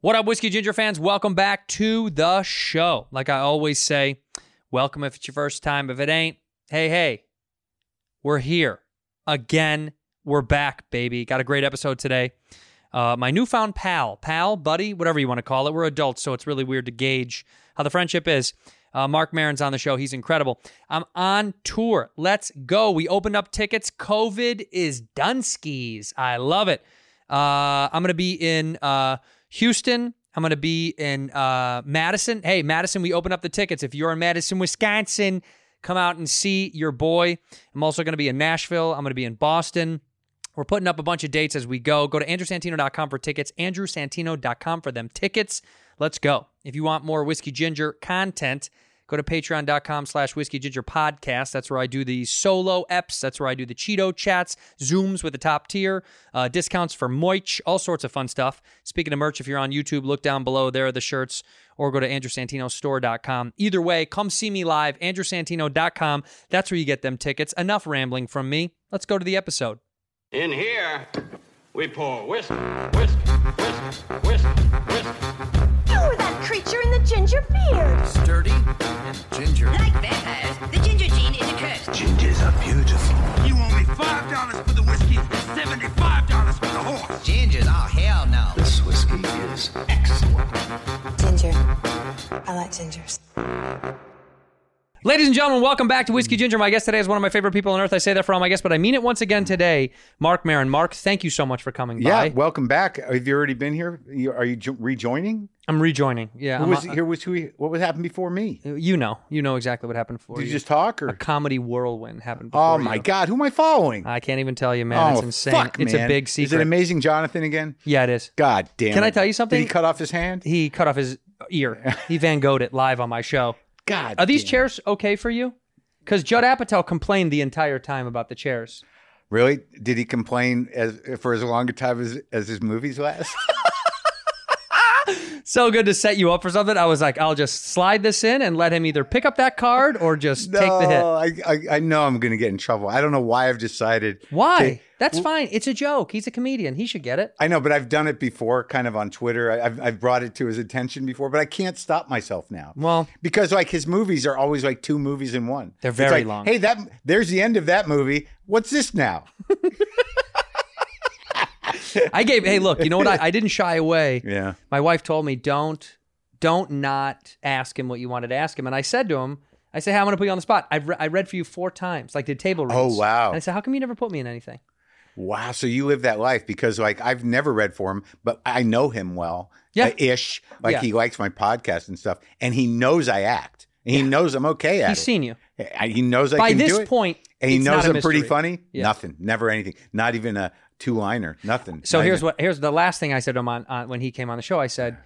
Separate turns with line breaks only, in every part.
What up, Whiskey Ginger fans? Welcome back to the show. Like I always say, welcome if it's your first time. If it ain't, hey, hey, we're here again. We're back, baby. Got a great episode today. Uh, my newfound pal, pal, buddy, whatever you want to call it. We're adults, so it's really weird to gauge how the friendship is. Uh, Mark Marin's on the show. He's incredible. I'm on tour. Let's go. We opened up tickets. COVID is Dunskies. I love it. Uh, I'm going to be in uh, Houston. I'm going to be in uh, Madison. Hey, Madison, we open up the tickets. If you're in Madison, Wisconsin, come out and see your boy. I'm also going to be in Nashville. I'm going to be in Boston. We're putting up a bunch of dates as we go. Go to andrewsantino.com for tickets, andrewsantino.com for them tickets. Let's go. If you want more Whiskey Ginger content, go to patreon.com slash whiskey ginger podcast that's where i do the solo eps that's where i do the cheeto chats zooms with the top tier uh, discounts for moich all sorts of fun stuff speaking of merch if you're on youtube look down below there are the shirts or go to andrewsantinostore.com either way come see me live andrewsantino.com that's where you get them tickets enough rambling from me let's go to the episode
In here, we pour whisk, whisk, whisk, whisk, whisk.
You were that creature in the ginger beard.
sturdy and ginger.
Like vampires, the ginger gene is a curse.
Gingers are beautiful.
You owe me five dollars for the whiskey and seventy-five dollars for the horse.
Gingers? Oh, hell no.
This whiskey is excellent.
Ginger. I like gingers.
Ladies and gentlemen, welcome back to Whiskey Ginger. My guest today is one of my favorite people on earth. I say that for all my guests, but I mean it once again today. Mark Marin. Mark, thank you so much for coming by.
Yeah, welcome back. Have you already been here? You- Are you jo- rejoining?
I'm rejoining. Yeah,
Who
I'm uh,
was
on-
here? Was who? he- What was happened before me? Did
you know, you know exactly what happened for
you
you.
just talk
a
or?
comedy whirlwind happened. Before
Oh my
you.
God, who am I following?
I can't even tell you, man. it's
oh
insane.
fuck,
it's
man.
a big secret.
Is it amazing, Jonathan? Again?
Yeah, it is.
God damn.
Can I
it.
tell you something?
Did he cut off his hand?
He cut off his ear. He Van Gogh'd it live on my show.
God.
Are these
damn.
chairs okay for you? Because Judd Apatow complained the entire time about the chairs.
Really? Did he complain as for as long a time as as his movies last?
so good to set you up for something. I was like, I'll just slide this in and let him either pick up that card or just take the hit.
I, I I know I'm going to get in trouble. I don't know why I've decided.
Why?
to-
That's fine. It's a joke. He's a comedian. He should get it.
I know, but I've done it before, kind of on Twitter. I, I've, I've brought it to his attention before, but I can't stop myself now.
Well-
because like his movies are always like two movies in one.
They're
It's
very
like,
long.
Hey, that there's the end of that movie. What's this now?
I gave. Hey, look. You know what? I, I didn't shy away.
Yeah.
My wife told me don't, don't not ask him what you wanted to ask him, and I said to him, I said, "Hey, I'm going to put you on the spot. I've re- I read for you four times, like did table reads.
Oh, wow.
And I said, how come you never put me in anything?
Wow. So you live that life because like I've never read for him, but I know him well.
Yeah.
uh, ish. Like
Yeah.
he likes my podcast and stuff, and he knows I act. And he knows I'm okay at
He's
it.
seen you.
I- he knows I
By
can
this
do it.
point,
and he
it's
knows
not a
I'm pretty
mystery.
funny.
Yeah.
Nothing, never anything, not even a two liner, nothing.
So
Not
here's
even-
what here's the last thing I said to him on, on when he came on the show. I said,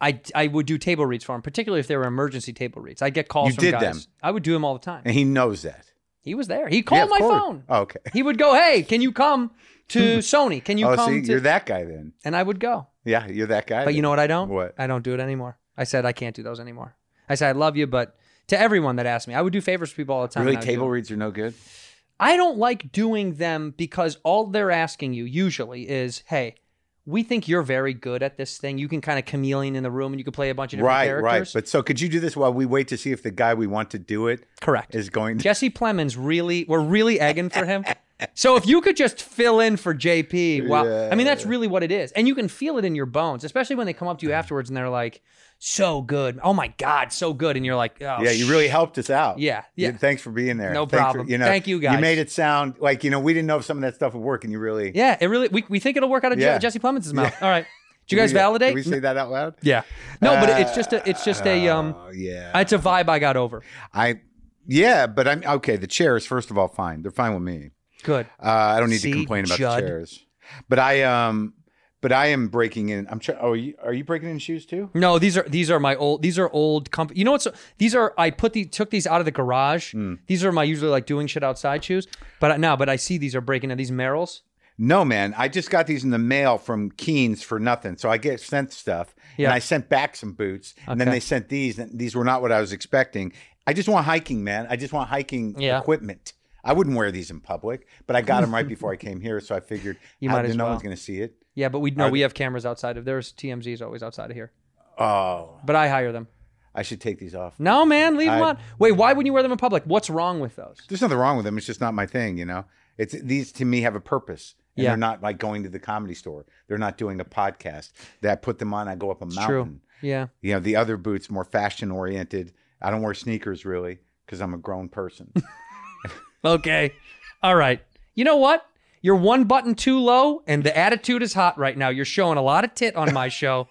I I would do table reads for him, particularly if they were emergency table reads. I get calls
You
from
did
guys.
them.
I would do them all the time.
and he knows that.
He was there. He called
of
my
course.
phone.
Oh, okay.
He would go, "Hey, can you come to Sony? Can you
oh,
come
see,
to?"
you're that guy then.
and I would go.
Yeah, you're that guy.
But you know what I don't?
What?
I don't do it anymore. I said I can't do those anymore. I said I love you, but to everyone that asked me, I would do favors for people all the time.
really,
and I would do
table
them.
reads are no good.
I don't like doing them because all they're asking you usually is, "Hey, we think you're very good at this thing. You can kind of chameleon in the room, and you can play a bunch of different
Right, right.
characters."
But so could you do this while we wait to see if the guy we want to do it
correct.
is going to?
Jesse Plemons really, we're really egging for him. So if you could just fill in for JP, wow. I mean, that's really what it is. And you can feel it in your bones, especially when they come up to you afterwards and they're like, so good. Oh my God, so good. And you're like, oh,
yeah, you really
sh-
helped us out.
Yeah, yeah.
Thanks for being there.
No
Thanks for-
problem.
you know,
Thank you, guys.
You made it sound like you know we didn't know if some of that stuff would work, and you really.
Yeah, it really, we, we think it'll work out of Je-
Yeah.
Jesse Plemons' mouth. All right. Did you guys validate?
Did we say that out loud?
yeah. No, but it's just a, it's just a, um,
Oh yeah.
it's a vibe I got over.
I yeah, but I'm okay. The chairs, first of all, fine. They're fine with me.
Good.
Uh, I don't need
See,
to complain about
Judd.
the chairs. But I um, but I am breaking in. I'm trying. Oh, are you, are you breaking in shoes too?
No, these are these are my old these are old company. You know what's these are I put the took these out of the garage.
Hmm.
These are my usually like doing shit outside shoes. But I- now, but I see these are breaking in these Merrills.
No, man. I just got these in the mail from Keens for nothing. So I get sent stuff,
Yeah.
and I sent back some boots, and then
Okay.
they sent these, and these were not what I was expecting. I just want hiking, man. I just want hiking
Yeah.
equipment. I wouldn't wear these in public, but I got them right before I came here, so I figured
You
how-
might as
no
well.
one's going to see it.
Yeah, but we know we have cameras outside of there's TMZ is always outside of here.
Oh,
But I hire them.
I should take these off.
No, man, leave them
I-
on. Wait, why wouldn't you wear them in public? What's wrong with those?
There's nothing wrong with them. It's just not my thing, you know. It's these to me have a purpose. And
Yeah.
they're not like going to the comedy store. They're not doing a podcast. That put them on. I go up a mountain.
True. Yeah.
You know, the other boots more fashion oriented. I don't wear sneakers really because I'm a grown person.
Okay. All right. You know what? You're one button too low, and the attitude is hot right now. You're showing a lot of tit on my show.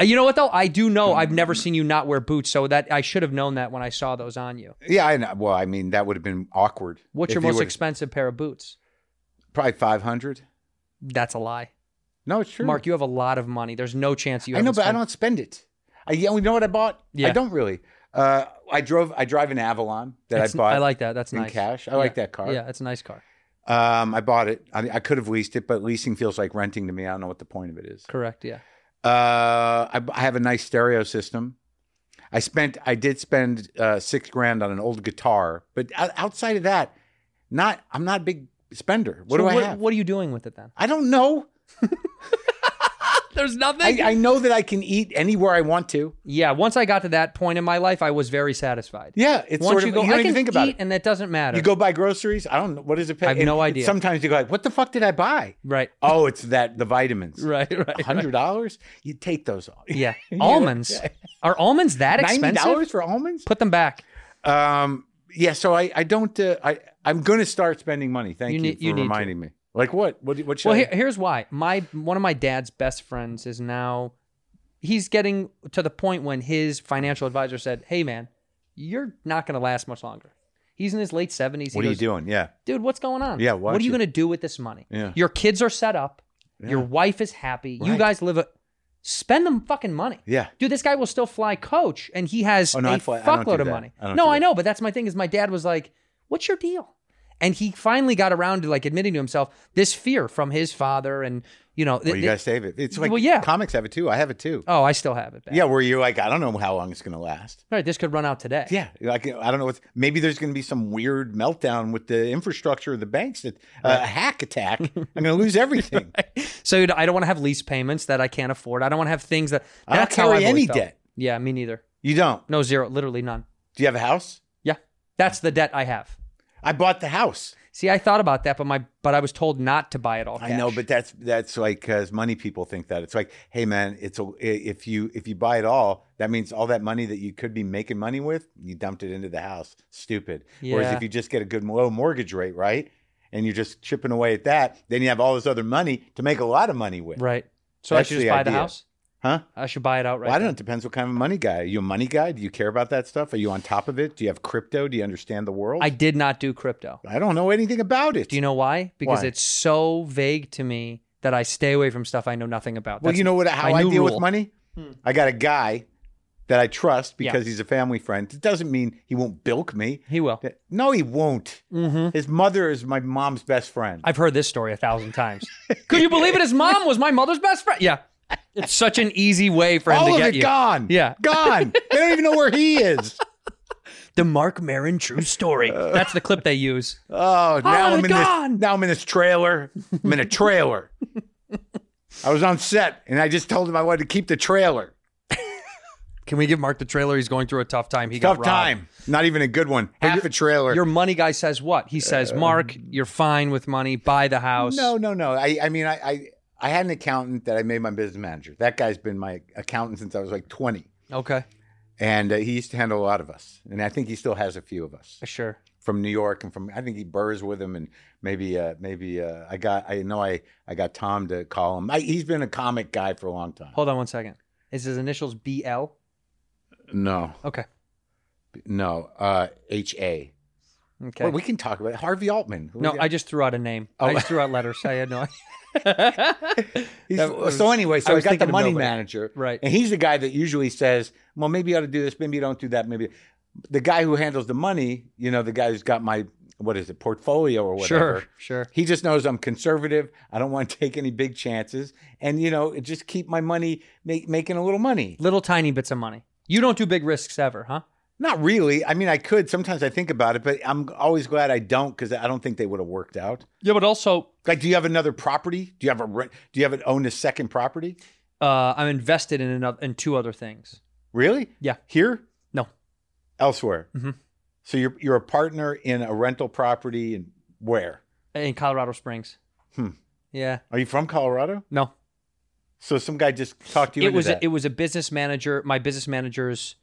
Uh, you know what though? I do know I've never seen you not wear boots, so that I should have known that when I saw those on you.
yeah, I know. Well, I mean, that would have been awkward.
What's
if
your
you
most
would've-
expensive pair of boots?
Probably 500.
That's a lie,
No, it's true.
Mark. You have a lot of money. There's no chance you.
I know, but
haven't
I
spent-
don't spend it. I you know what I bought?
Yeah.
I don't really. Uh, I drove. I drive an Avalon that
That's-
I bought.
I like that. That's
in
nice.
cash. I like
Yeah.
that car.
Yeah, it's a nice car.
Um, I bought it. I, I could have leased it, but leasing feels like renting to me. I don't know what the point of it is.
Correct. Yeah.
Uh, I, I have a nice stereo system. I spent. I did spend uh, six grand on an old guitar, but o- outside of that, not. I'm not a big spender. What
So
do I
what,
have?
What are you doing with it then?
I don't know.
There's nothing.
I, I know that I can eat anywhere I want to.
yeah. Once I got to that point in my life, I was very satisfied.
Yeah, it's
Once
sort
you
of
go,
you don't
I
even
can
think about
eat,
it.
and that doesn't matter.
You go buy groceries. I don't know what is it.
I have
and
no idea.
Sometimes you go like, "What the fuck did I buy?"
right.
Oh, it's that the vitamins.
Right, right, right.
hundred dollars. You take those. off.
Yeah. Almonds. Are almonds that
Ninety
expensive?
dollars for almonds.
Put them back.
Um, yeah. So I, I don't. Uh, I, I'm going to start spending money. Thank
You
you,
need-
for
you need to.
reminding me. Like what? What? What should?
Well,
I-
here, here's why. My one of my dad's best friends is now he's getting to the point when his financial advisor said, "Hey man, you're not going to last much longer." He's in his late 70s. He
what are you
goes,
doing? Yeah.
Dude, what's going on?
Yeah,
What
watch
are you
it.
going to do with this money?
Yeah.
Your kids are set up. Your
Yeah.
wife is happy. You
Right.
guys live a Spend them fucking money.
Yeah.
Dude, this guy will still fly coach and he has
Oh, no,
a
I fly- I don't do
fuckload of
that.
money.
I don't
no,
do
I
that.
know, but that's my thing is my dad was like, "What's your deal?" And he finally got around to like admitting to himself this fear from his father and, you know, th-
Well, you
th-
gotta save it. It's like
Well, yeah.
comics have it too. I have it too.
Oh, I still have it back.
Yeah, where you're like, I don't know how long it's gonna last.
All right, this could run out today.
Yeah, like I don't know. What's, maybe there's gonna be some weird meltdown with the infrastructure of the banks. That uh, a hack attack. I'm gonna lose everything.
So you know, I don't want to have lease payments that I can't afford. I don't want to have things that
I don't
that's how
carry
I've always
any
felt.
debt.
Yeah, me neither.
You don't.
No zero, literally none.
Do you have a house?
Yeah. That's the debt I have.
I bought the house.
See, I thought about that, but my but I was told not to buy it all. Cash.
I know, but that's that's like because money people think that it's like, hey man, it's a, if you if you buy it all, that means all that money that you could be making money with, you dumped it into the house. Stupid. Whereas
Yeah.
if you just get a good low mortgage rate, right, and you're just chipping away at that, then you have all this other money to make a lot of money with,
right. So I
That's
should just
the
buy the
idea.
house.
huh?
I should buy it outright.
Well, I don't know.
then.
It depends what kind of money guy. Are you a money guy? Do you care about that stuff? Are you on top of it? Do you have crypto? Do you understand the world?
I did not do crypto.
I don't know anything about it.
Do you know why? Because
Why?
it's so vague to me that I stay away from stuff I know nothing about.
Well,
That's
you know what? How
my
I
new
deal with
rule.
money?
Hmm.
I got a guy that I trust
Yeah.
because he's a family friend. It doesn't mean he won't bilk me.
He will.
No, he won't.
Mm-hmm.
His mother is my mom's best friend.
I've heard this story a thousand times. Could you believe it? His mom was my mother's best friend. Yeah, it's such an easy way for him
All
to
of
get
it
you.
gone.
Yeah.
gone. they don't even know where he is.
The Mark Marin true story. That's the clip they use.
Oh,
of
now I'm
it
in
gone.
this. Now I'm in this trailer. I'm in a trailer. I was on set and I just told him I wanted to keep the trailer.
Can we give Mark the trailer? He's going through a tough time. He got
Tough
robbed.
time. Not even a good one. Half a trailer.
Your money guy says what? He says, Mark, you're fine with money. Buy the house.
Uh, No, no, no. I, I mean, I, I, I had an accountant that I made my business manager. That guy's been my accountant since I was like 20.
Okay.
And uh, he used to handle a lot of us. And I think he still has a few of us
Sure.
from New York and from, I think he burrs with him. And maybe, uh, maybe uh, I got, I know I, I got Tom to call him. I, he's been a comic guy for a long time.
Hold on one second. Is his initials BL?
No,
Okay.
no. Uh, H.A.
Okay.
Well, we can talk about it. Harvey Altman. Who-
no, I just threw out a name.
Oh.
I just threw out letters. I had no idea.
He's-
That was-
so anyway, so
I
I,
was
got
thinking
the
of
money
nobody.
manager,
Right.
And he's the guy that usually says, "Well, maybe you ought to do this, maybe you don't do that, maybe." The guy who handles the money, you know, the guy who's got my what is it portfolio or whatever.
Sure, sure.
He just knows I'm conservative. I don't want to take any big chances, and you know, just keep my money make, making a little money.
Little tiny bits of money. You don't do big risks ever, huh?
Not really. I mean, I could. Sometimes I think about it, but I'm always glad I don't because I don't think they would have worked out.
Yeah, but also
Like, do you have another property? Do you have a rent? Do you have it owned a second property?
uh, I'm invested in another in two other things.
Really?
Yeah.
Here?
No.
Elsewhere.
Mhm.
So you're you're a partner in a rental property and where?
In Colorado Springs.
Hmm.
Yeah.
Are you from Colorado?
No.
So some guy just talked you
it
into
was
that.
a, it was a business manager. My business manager's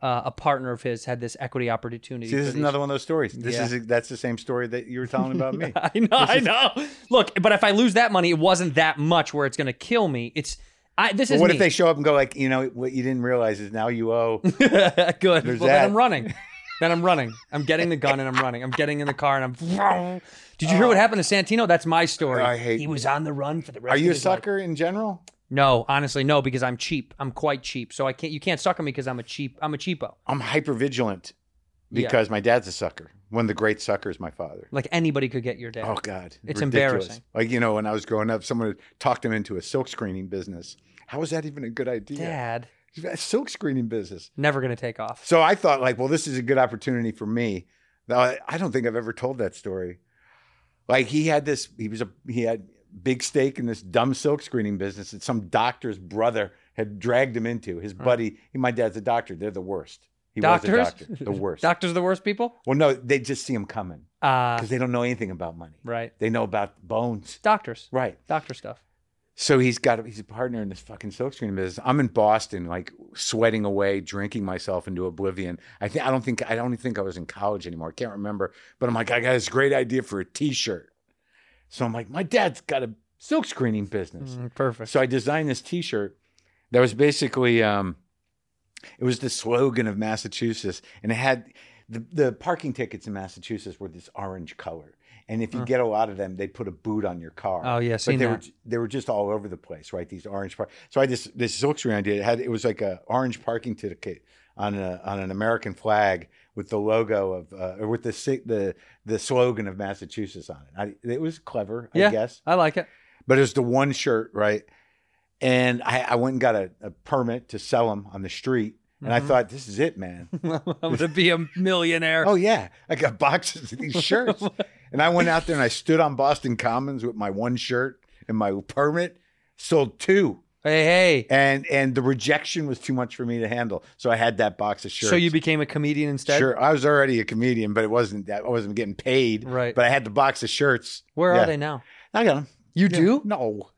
uh, a partner of his had this equity opportunity.
See,
for
this is
these-
another one of those stories. This
Yeah.
is that's the same story that you were telling about me.
I know, I know. Look, but if I lose that money, it wasn't that much where it's going to kill me. It's I. This
But
is
what
me.
if they show up and go like, you know, what you didn't realize is now you owe.
Good.
There's
well, then
that.
I'm running. Then I'm running. I'm getting the gun and I'm running. I'm getting in the car and I'm. Did you hear what happened to Santino? That's my story.
Oh. I hate-
He was on the run for the rest.
Are
of
you a
his life.
sucker in general?
No, honestly, no, because I'm cheap. I'm quite cheap, so I can't. You can't suck on me because I'm a cheap. I'm a cheapo.
I'm hyper vigilant
Yeah.
because my dad's a sucker. One of the great suckers, my father.
Like anybody could get your day.
Oh God,
It's
ridiculous.
embarrassing.
Like you know, when I was growing up, someone had talked him into a silk screening business. How was that even a good idea?
Dad,
A silk screening business.
never gonna take off.
So I thought, like, well, this is a good opportunity for me. Now, I- I don't think I've ever told that story. Like he had this, he was a he had big stake in this dumb silk screening business that some doctor's brother had dragged him into. His buddy, he, my dad's a doctor. They're the worst. He
Doctors,
was a doctor, the worst.
Doctors are the worst people.
well, no, they just see him coming
Uh
because they don't know anything about money.
right.
They know about bones.
Doctors,
Right.
doctor stuff.
So he's got he's a partner in this fucking silk screen business. I'm in Boston, like sweating away, drinking myself into oblivion. I think I don't think I don't even think I was in college anymore. I can't remember, but I'm like, I got this great idea for a T-shirt. So I'm like, my dad's got a silk screening business.
Mm, Perfect.
So I designed this T-shirt that was basically um, it was the slogan of Massachusetts, and it had the, the parking tickets in Massachusetts were this orange color, and if you get a lot of them, they put a boot on your car.
Oh, yeah,
but
seen
they
that.
were they were just all over the place, right? These orange par- So I just this silk screen idea it had it was like a orange parking ticket on a on an American flag with the logo of uh, or with the si- the the slogan of Massachusetts on it. I, it was clever, I
yeah,
guess
I like it.
but it was the one shirt, right? And I, I went and got a, a permit to sell them on the street. And
Mm-hmm.
I thought, this is it, man.
I'm gonna be a millionaire.
oh, yeah. I got boxes of these shirts. and I went out there and I stood on Boston Commons with my one shirt and my permit, sold two.
Hey, hey.
And and the rejection was too much for me to handle. So I had that box of shirts.
So you became a comedian instead.
Sure. I was already a comedian, but it wasn't that I wasn't getting paid.
Right.
But I had the box of shirts.
Where
Yeah.
are they now?
I got them.
You do?
No.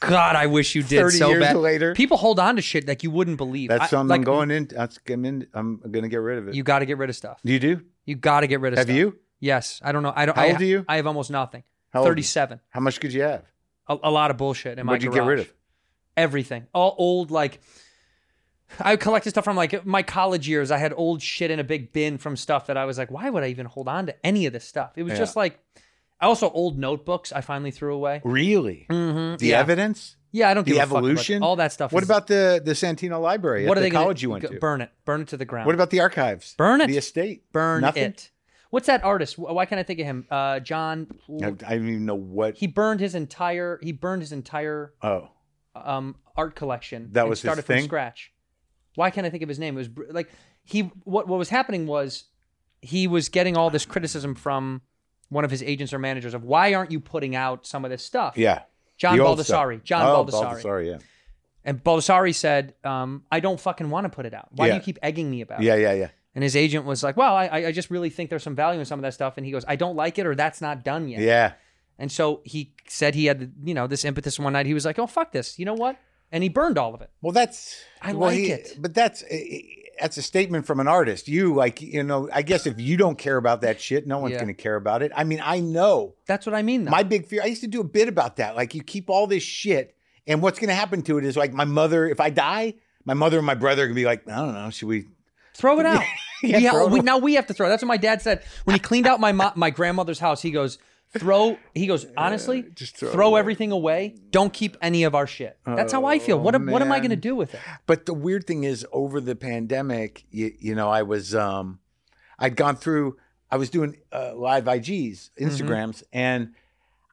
God, I wish you did
30
so
years
bad.
later.
People hold on to shit like you wouldn't believe.
That's
I-
something
like,
I'm going in. That's I'm, in, I'm gonna get rid of it.
You got to get rid of stuff.
you do?
You got to get rid of
Have
stuff.
you?
Yes. I don't know. I don't.
How
I,
old are you?
I have almost nothing.
How old are you?
Thirty-seven.
How much could you have?
A, a lot of bullshit in my
What'd you get rid
garage.
of?
everything all old like i collected stuff from like my college years i had old shit in a big bin from stuff that i was like why would i even hold on to any of this stuff it was
Yeah.
just like i also old notebooks i finally threw away
Really? Mm-hmm. The
yeah.
evidence?
yeah i don't give a
The
fuck about-
evolution?
all that stuff
What
is-
about the the Santino Library?
what
at
are
the
they gonna
college you went
go-
to?
burn it burn it to the ground
What about the archives?
Burn it.
The estate.
burn
Nothing?
it what's that artist Wh- why can't i think of him uh john
I, I don't even know what.
he burned his entire he burned his entire
oh,
um, art collection.
That
and
was his
started
thing?
from scratch. Why can't I think of his name? It was br- like he what what was happening was he was getting all this criticism from one of his agents or managers of why aren't you putting out some of this stuff?
yeah.
John
The old stuff.
Baldessari. John
oh,
Baldessari.
Baldessari, yeah.
And Baldessari said, um, "I don't fucking want to put it out. Why
Yeah.
do you keep egging me about
Yeah,
it?"
yeah, yeah.
And his agent was like, "Well, I, I I just really think there's some value in some of that stuff." And he goes, "I don't like it, or that's not done yet."
Yeah.
And so he said he had you know this impetus one night. He was like, "Oh fuck this, you know what?" And he burned all of it.
Well, that's
I
well,
like
he-
it.
but that's eh, that's a statement from an artist. You like, you know, I guess if you don't care about that shit, no one's
Yeah.
going to care about it. I mean, I know
That's what I mean. Though.
My big fear, I used to do a bit about that. Like, you keep all this shit, and what's going to happen to it is like my mother, if I die, my mother and my brother are going to be like, I don't know, should we?
Throw it out.
Yeah,
We ha-
throw it
we-
away.
now we have to throw. it. That's what my dad said when he cleaned out my mo- my grandmother's house. He goes, throw. He goes, honestly, just throw, everything away. Don't keep any of our shit. That's how I feel. What am- what am I
Oh, man.
going to do with it?
But the weird thing is, over the pandemic, you, you know, I was, um, I'd gone through, I was doing uh, live IGs, Instagrams, and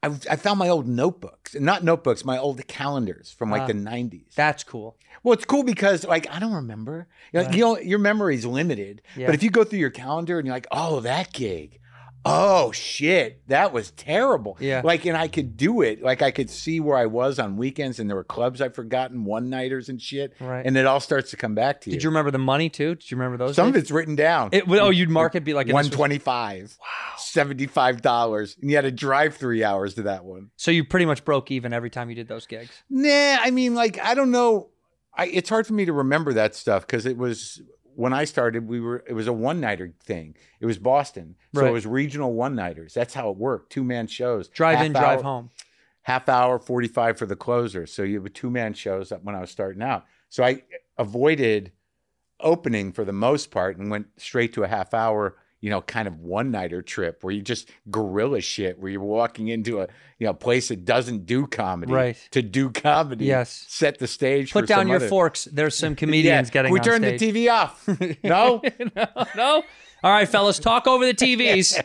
I, I found my old notebooks, not notebooks, my old calendars from like
Ah.
the 90s.
That's cool.
Well, it's cool because like I don't remember. You know,
Right.
you don't- your memory's limited.
Yeah.
But if you go through your calendar and you're like, oh, that gig. Oh shit, that was terrible.
Yeah.
Like, and I could do it. Like I could see where I was on weekends and there were clubs I'd forgotten, one nighters and shit.
Right.
And it all starts to come back to you.
Did you remember the money too? Did you remember those?
Some of
days?
it's written down.
It, well, oh, you'd mark it be like this was-
125. Wow. $75. And you had to drive three hours to that one.
So you pretty much broke even every time you did those gigs.
Nah, I mean, like, I don't know. I, it's hard for me to remember that stuff because it was when I started. We were it was a one nighter thing. It was Boston, so
Right.
it was regional one nighters. That's how it worked. Two man shows,
Drive
Half
in, drive
hour-
home.
half hour, forty five for the closer. So you have two man shows up when I was starting out. So I avoided opening for the most part and went straight to a half hour. You know, kind of one nighter trip where you just gorilla shit, where you're walking into a you know place that doesn't do comedy,
Right.
To do comedy,
Yes.
Set the stage.
Put
for
down
some
your
other-
forks. There's some
Yeah,
comedians getting
We
on
turned
stage.
the TV off. no,
no, no. All right, fellas, talk over the TVs.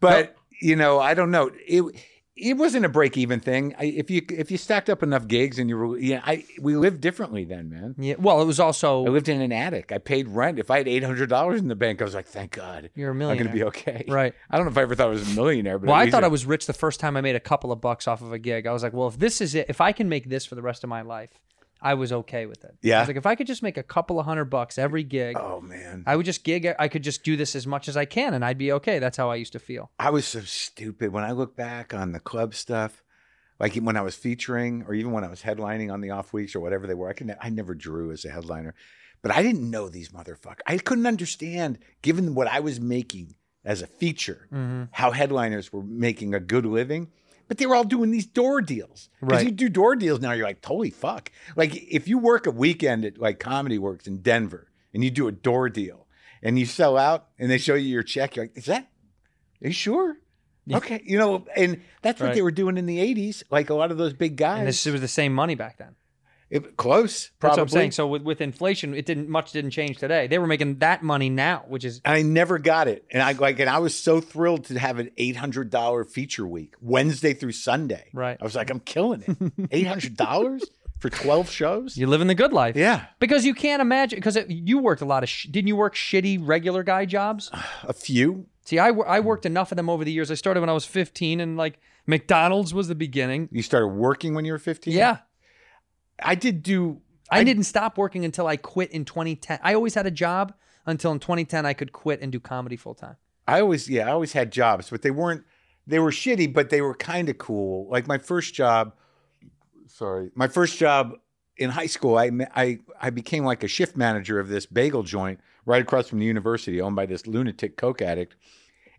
but you know, I don't know. It it wasn't a break even thing. I, if you if you stacked up enough gigs and you were yeah, I we lived differently then, man.
yeah, well, it was
I
also
lived in an attic. I paid rent. If I had eight hundred dollars in the bank, I was like, thank God,
You're a
I'm gonna be
millionaire.
okay.
Right.
I don't know if I ever thought I was a millionaire, but
well,
at
I
least
thought
it-
I was rich the first time I made a couple of bucks off of a gig. I was like, well, if this is it, if I can make this for the rest of my life, I was okay with it. I
Yeah.
was like, if I could just make a couple of hundred bucks every gig,
Oh man,
I would just gig. I could just do this as much as I can, and I'd be okay. That's how I used to feel.
I was so stupid when I look back on the club stuff, like when I was featuring or even when I was headlining on the off weeks or whatever they were. I can I never drew as a headliner, but I didn't know these motherfuckers. I couldn't understand, given what I was making as a feature,
Mm-hmm.
how headliners were making a good living. But they were all doing these door deals. Because
Right.
you do door deals now, you're like, holy fuck. Like if you work a weekend at like Comedy Works in Denver and you do a door deal and you sell out and they show you your check, you're like, is that are you sure? Okay. You know, and that's what
Right.
they were doing in the 80s. Like a lot of those big guys.
And this was the same money back then.
It- close,
That's what
probably.
I'm saying. So with, with inflation, it didn't much didn't change today. They were making that money now, which is
I never got it. And I like and I was so thrilled to have an $800 feature week, Wednesday through Sunday.
Right.
I was like, I'm killing it. $800 for 12 shows?
you're living the good life.
Yeah.
Because you can't imagine. Because you worked a lot of. Sh- didn't you work shitty regular guy jobs?
A few.
See, I, wor- I worked enough of them over the years. I started when I was 15, and like McDonald's was the beginning.
You started working when you were 15?
Yeah,
I did do
I, didn't stop working until I quit in 2010. I always had a job until in 2010 I could quit and do comedy full time.
I always, yeah, I always had jobs, but they weren't, they were shitty, but they were kind of cool. Like my first job, sorry, my first job in high school, I, ma- I, I became like a shift manager of this bagel joint right across from the university owned by this lunatic coke addict.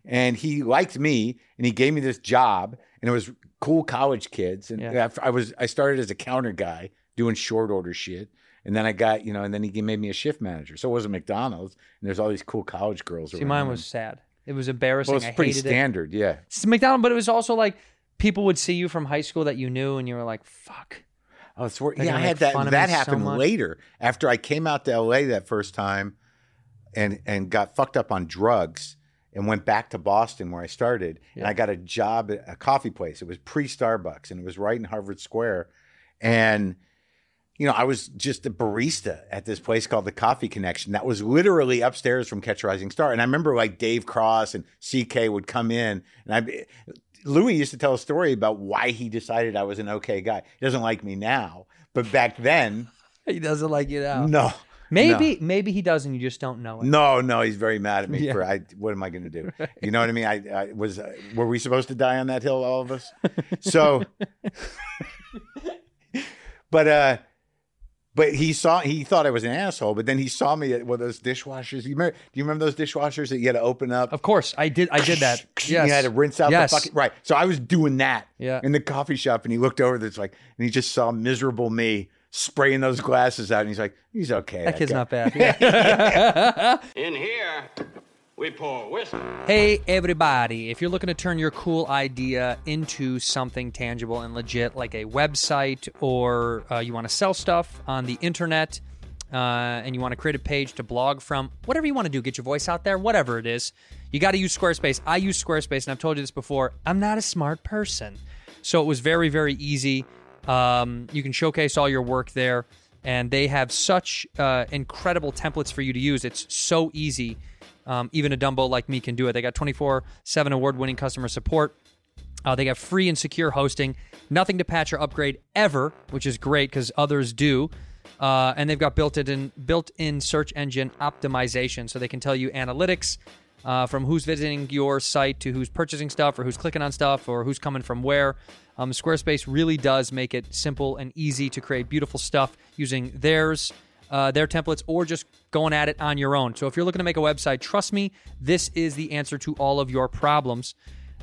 And he liked me and he gave me this job and it was cool college kids. And
Yeah.
I, I was, I started as a counter guy doing short order shit. And then I got, you know, and then he made me a shift manager. So it wasn't McDonald's. And there's all these cool college girls
See,
around.
mine
and-
was sad. It was embarrassing.
well,
I
it's pretty
hated it.
standard, yeah.
It's McDonald, but it was also like people would see you from high school that you knew, and you were like, "Fuck."
Oh, it's wor-
They're
yeah. I
gonna
had
make fun
that.
of
That
me so
happened
much.
later after I came out to L.A. that first time, and and got fucked up on drugs and went back to Boston where I started, and I got a job at a coffee place. It was pre Starbucks, and it was right in Harvard Square, and you know, I was just a barista at this place called the Coffee Connection that was literally upstairs from Catch a Rising Star. And I remember like Dave Cross and CK would come in, and I, Louis used to tell a story about why he decided I was an okay guy. He doesn't like me now, but back then,
He doesn't like you now.
no.
Maybe maybe he does, and you just don't know it.
No, no, he's very mad at me
Yeah.
for I. What am I going to do? You know what I mean? I, I was. Uh, were we supposed to die on that hill, all of us? So, but uh, but he saw. He thought I was an asshole. But then he saw me at one of those dishwashers. You remember? Do you remember those dishwashers that you had to open up?
Of course, I did. I did that. Yes.
You had to rinse out
Yes.
the fucking right. So I was doing that
Yeah.
in the coffee shop, and he looked over. That's like, and he just saw miserable me spraying those glasses out, and he's like, he's okay.
That kid's
guy.
not bad. Yeah.
In here, we pour whiskey.
Hey, everybody. If you're looking to turn your cool idea into something tangible and legit, like a website, or uh, you want to sell stuff on the internet, uh, and you want to create a page to blog from, whatever you want to do, get your voice out there, whatever it is, you got to use Squarespace. I use Squarespace, and I've told you this before. I'm not a smart person, so it was very very easy. Um, you can showcase all your work there, and they have such uh, incredible templates for you to use. It's so easy. Um, even a Dumbo like me can do it. They got 24 7 award winning customer support. Uh, they got free and secure hosting, nothing to patch or upgrade ever, which is great because others do. Uh, and they've got built-in built-in search engine optimization, so they can tell you analytics uh, from who's visiting your site to who's purchasing stuff, or who's clicking on stuff, or who's coming from where. Um, Squarespace really does make it simple and easy to create beautiful stuff using theirs uh, their templates or just going at it on your own. So if you're looking to make a website, trust me, this is the answer to all of your problems.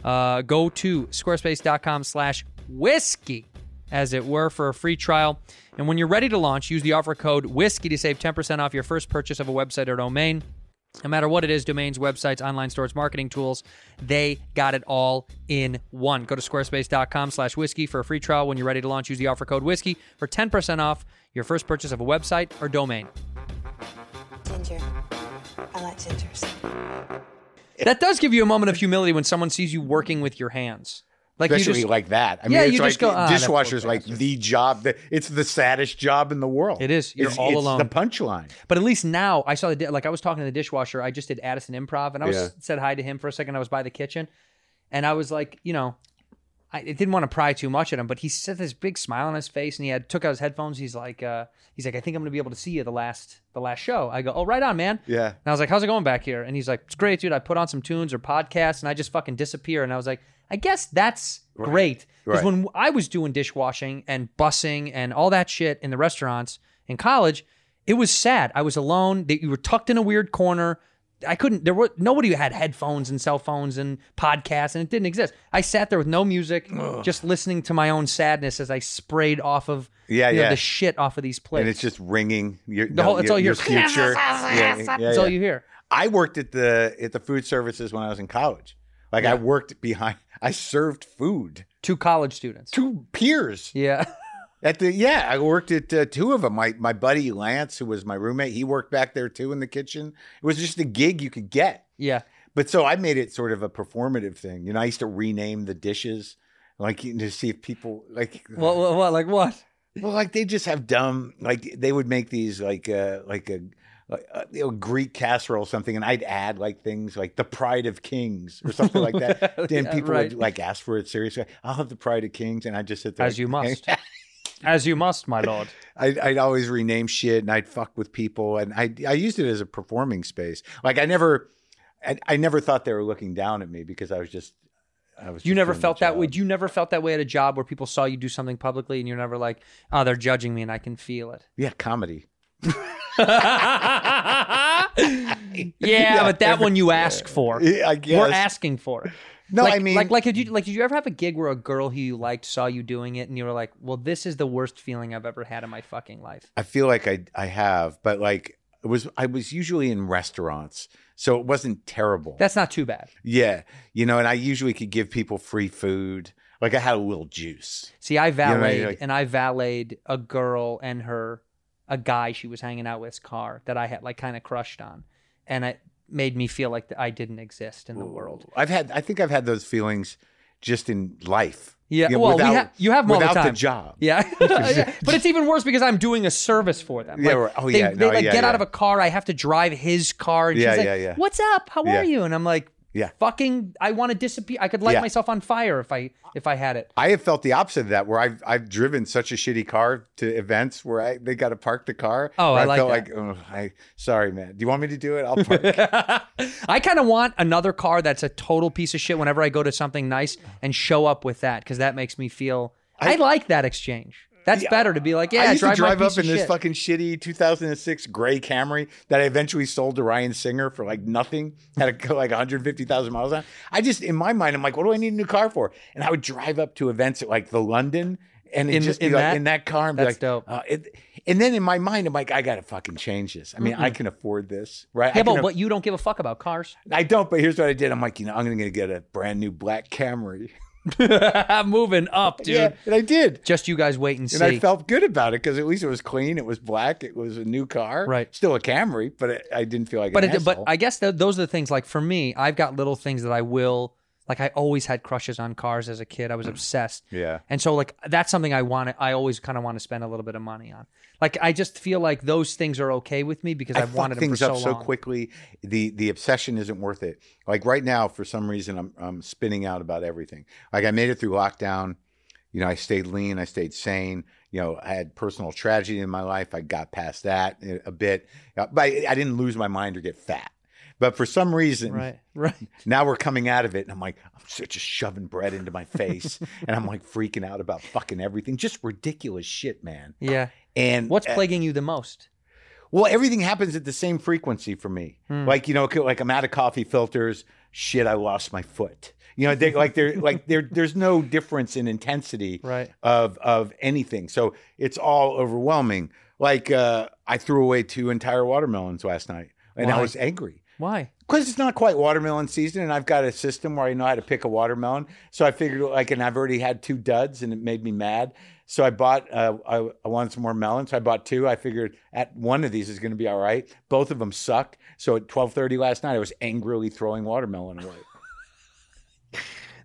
Uh, go to squarespace.com slash whiskey, as it were, for a free trial. And when you're ready to launch, use the offer code whiskey to save 10% off your first purchase of a website or domain. No matter what it is, domains, websites, online stores, marketing tools, they got it all in one. Go to squarespace.com slash whiskey for a free trial. When you're ready to launch, use the offer code whiskey for 10% off your first purchase of a website or domain.
Ginger. I like gingers.
That does give you a moment of humility when someone sees you working with your hands. Like you
Especially
just,
like that. I mean,
Yeah,
it's
you
like
just go, "Ah, that poor
dishwasher's like the job that it's the saddest job in the world.
It is. You're
it's,
all
it's
alone.
The punchline.
But at least now I saw the di- like I was talking to the dishwasher. I just did Addison Improv, and I was
Yeah.
said hi to him for a second. I was by the kitchen, and I was like, you know, I I didn't want to pry too much at him, but he said this big smile on his face, and he had took out his headphones. He's like, uh, he's like, I think I'm gonna be able to see you the last the last show. I go, oh, right on, man.
Yeah.
And I was like, how's it going back here? And he's like, it's great, dude. I put on some tunes or podcasts, and I just fucking disappear. And I was like, I guess that's great because
Right.
when I was doing dishwashing and bussing and all that shit in the restaurants in college, it was sad. I was alone. That you were tucked in a weird corner. I couldn't. There were nobody who had headphones and cell phones and podcasts, and it didn't exist. I sat there with no music, just listening to my own sadness as I sprayed off of
Yeah,
you know,
yeah.
the shit off of these plates.
And it's just ringing. Your, the
whole-
your,
it's all
your
yours.
future. yeah, yeah,
that's all
yeah.
you hear.
I worked at the at the food services when I was in college. Like I worked behind. I served food
Two college students.
to peers.
Yeah,
At the yeah, I worked at uh, two of them. My my buddy Lance, who was my roommate, he worked back there too in the kitchen. It was just a gig you could get.
yeah.
But so I made it sort of a performative thing. You know, I used to rename the dishes, like you know, to see if people like
What? What? what like what?
well, like they just have dumb like they would make these like uh like a like, uh, you know, Greek casserole or something, and I'd add like things like the pride of kings or something like that. Then
Yeah,
people
right.
would like ask for it seriously. I'll have the pride of kings, and I just sit there
As you must. As you must, my lord.
I'd, I'd always rename shit and I'd fuck with people and I I used it as a performing space. Like I never, I, I never thought they were looking down at me because I was just, I was.
You
just
never
doing my
felt that way.
job.
You never felt that way at a job where people saw you do something publicly, and you're never like, "Oh, they're judging me," and I can feel it.
Yeah, comedy.
yeah, but that one you ask for.
Yeah, I
We're
guess.
asking for it.
No,
like,
I mean,
like, like, did you like, did you ever have a gig where a girl who you liked saw you doing it, and you were like, "Well, this is the worst feeling I've ever had in my fucking life."
I feel like I I have, but like it was I was usually in restaurants, so it wasn't terrible.
That's not too bad.
yeah, you know, and I usually could give people free food. Like I had a little juice.
See, I
know, you're
valeted
like-
and I valeted a girl and her a guy she was hanging out with's car that I had like kind of crushed on, and it made me feel like I didn't exist in the world.
I've had I think I've had those feelings just in life.
Yeah,
You know,
well, we
without-
ha- you have them all the
without
time.
job.
Yeah. Yeah. but it's even worse because I'm doing a service for them.
Yeah,
Like,
right. Oh,
they,
yeah.
They
No,
like
yeah,
get out
yeah.
of a car. I have to drive his car, and
Yeah,
she's like,
yeah, yeah.
"What's up? How
Yeah.
are you?" And I'm like,
Yeah.
fucking, I want to disappear. I could light
Yeah.
myself on fire if I if I had it."
I have felt the opposite of that, where I've I've driven such a shitty car to events where I they got to park the car.
Oh,
where
I like
felt
that.
like, oh, I sorry, man. Do you want me to do it? I'll park.
I kind of want another car that's a total piece of shit whenever I go to something nice and show up with that because that makes me feel. I, like that exchange. That's better to be like, yeah,
I used
drive,
to drive
my
up
piece
in
of
this
shit.
fucking shitty 2006 gray Camry that I eventually sold to Ryan Singer for like nothing. Had a, like 150,000 miles on. it. I just in my mind, I'm like, what do I need a new car for? And I would drive up to events at like the London. And it'd
In-
just be
in
like
that?
in that car and be
That's
like,
dope.
uh, it, and then in my mind, I'm like, I gotta fucking change this. I mean, I can afford this, right?
Yeah,
I can
but what you don't give a fuck about cars.
I don't, but here's what I did. I'm like, you know, I'm going to get a brand new black Camry.
Moving up, dude.
Yeah, and I did.
Just you guys wait and see.
And I felt good about it because at least it was clean, it was black, it was a new car,
Right.
Still a Camry, but it, I didn't feel like.
but
an
it, but
asshole.
I guess th- those are the things. Like for me, I've got little things that I will. Like I always had crushes on cars as a kid. I was obsessed.
Mm. Yeah.
And so like that's something I want. I always kind of want to spend a little bit of money on. Like I just feel like those things are okay with me because
I
I've
fuck
wanted
things
them for
up
so
so
long.
quickly. The the obsession isn't worth it. Like right now, for some reason, I'm I'm spinning out about everything. Like I made it through lockdown. You know, I stayed lean. I stayed sane. You know, I had personal tragedy in my life. I got past that a bit, Uh, but I, I didn't lose my mind or get fat. But for some reason,
Right. Right.
now we're coming out of it, and I'm like, I'm so- just shoving bread into my face, and I'm like freaking out about fucking everything. Just ridiculous shit, man.
Yeah.
And
What's
uh,
plaguing you the most?
well, everything happens at the same frequency for me.
Hmm.
Like you know, c- like I'm out of coffee filters. Shit, I lost my foot. You know, they, like they're like there. There's no difference in intensity
Right.
of of anything. So it's all overwhelming. Like uh, I threw away two entire watermelons last night, and I
Why?
was angry
Why?
because it's not quite watermelon season, and I've got a system where I know how to pick a watermelon. So I figured, like, and I've already had two duds, and it made me mad. So I bought, uh, I, I wanted some more melons. So I bought two. I figured at one of these is going to be all right. Both of them suck. So at twelve thirty last night, I was angrily throwing watermelon away.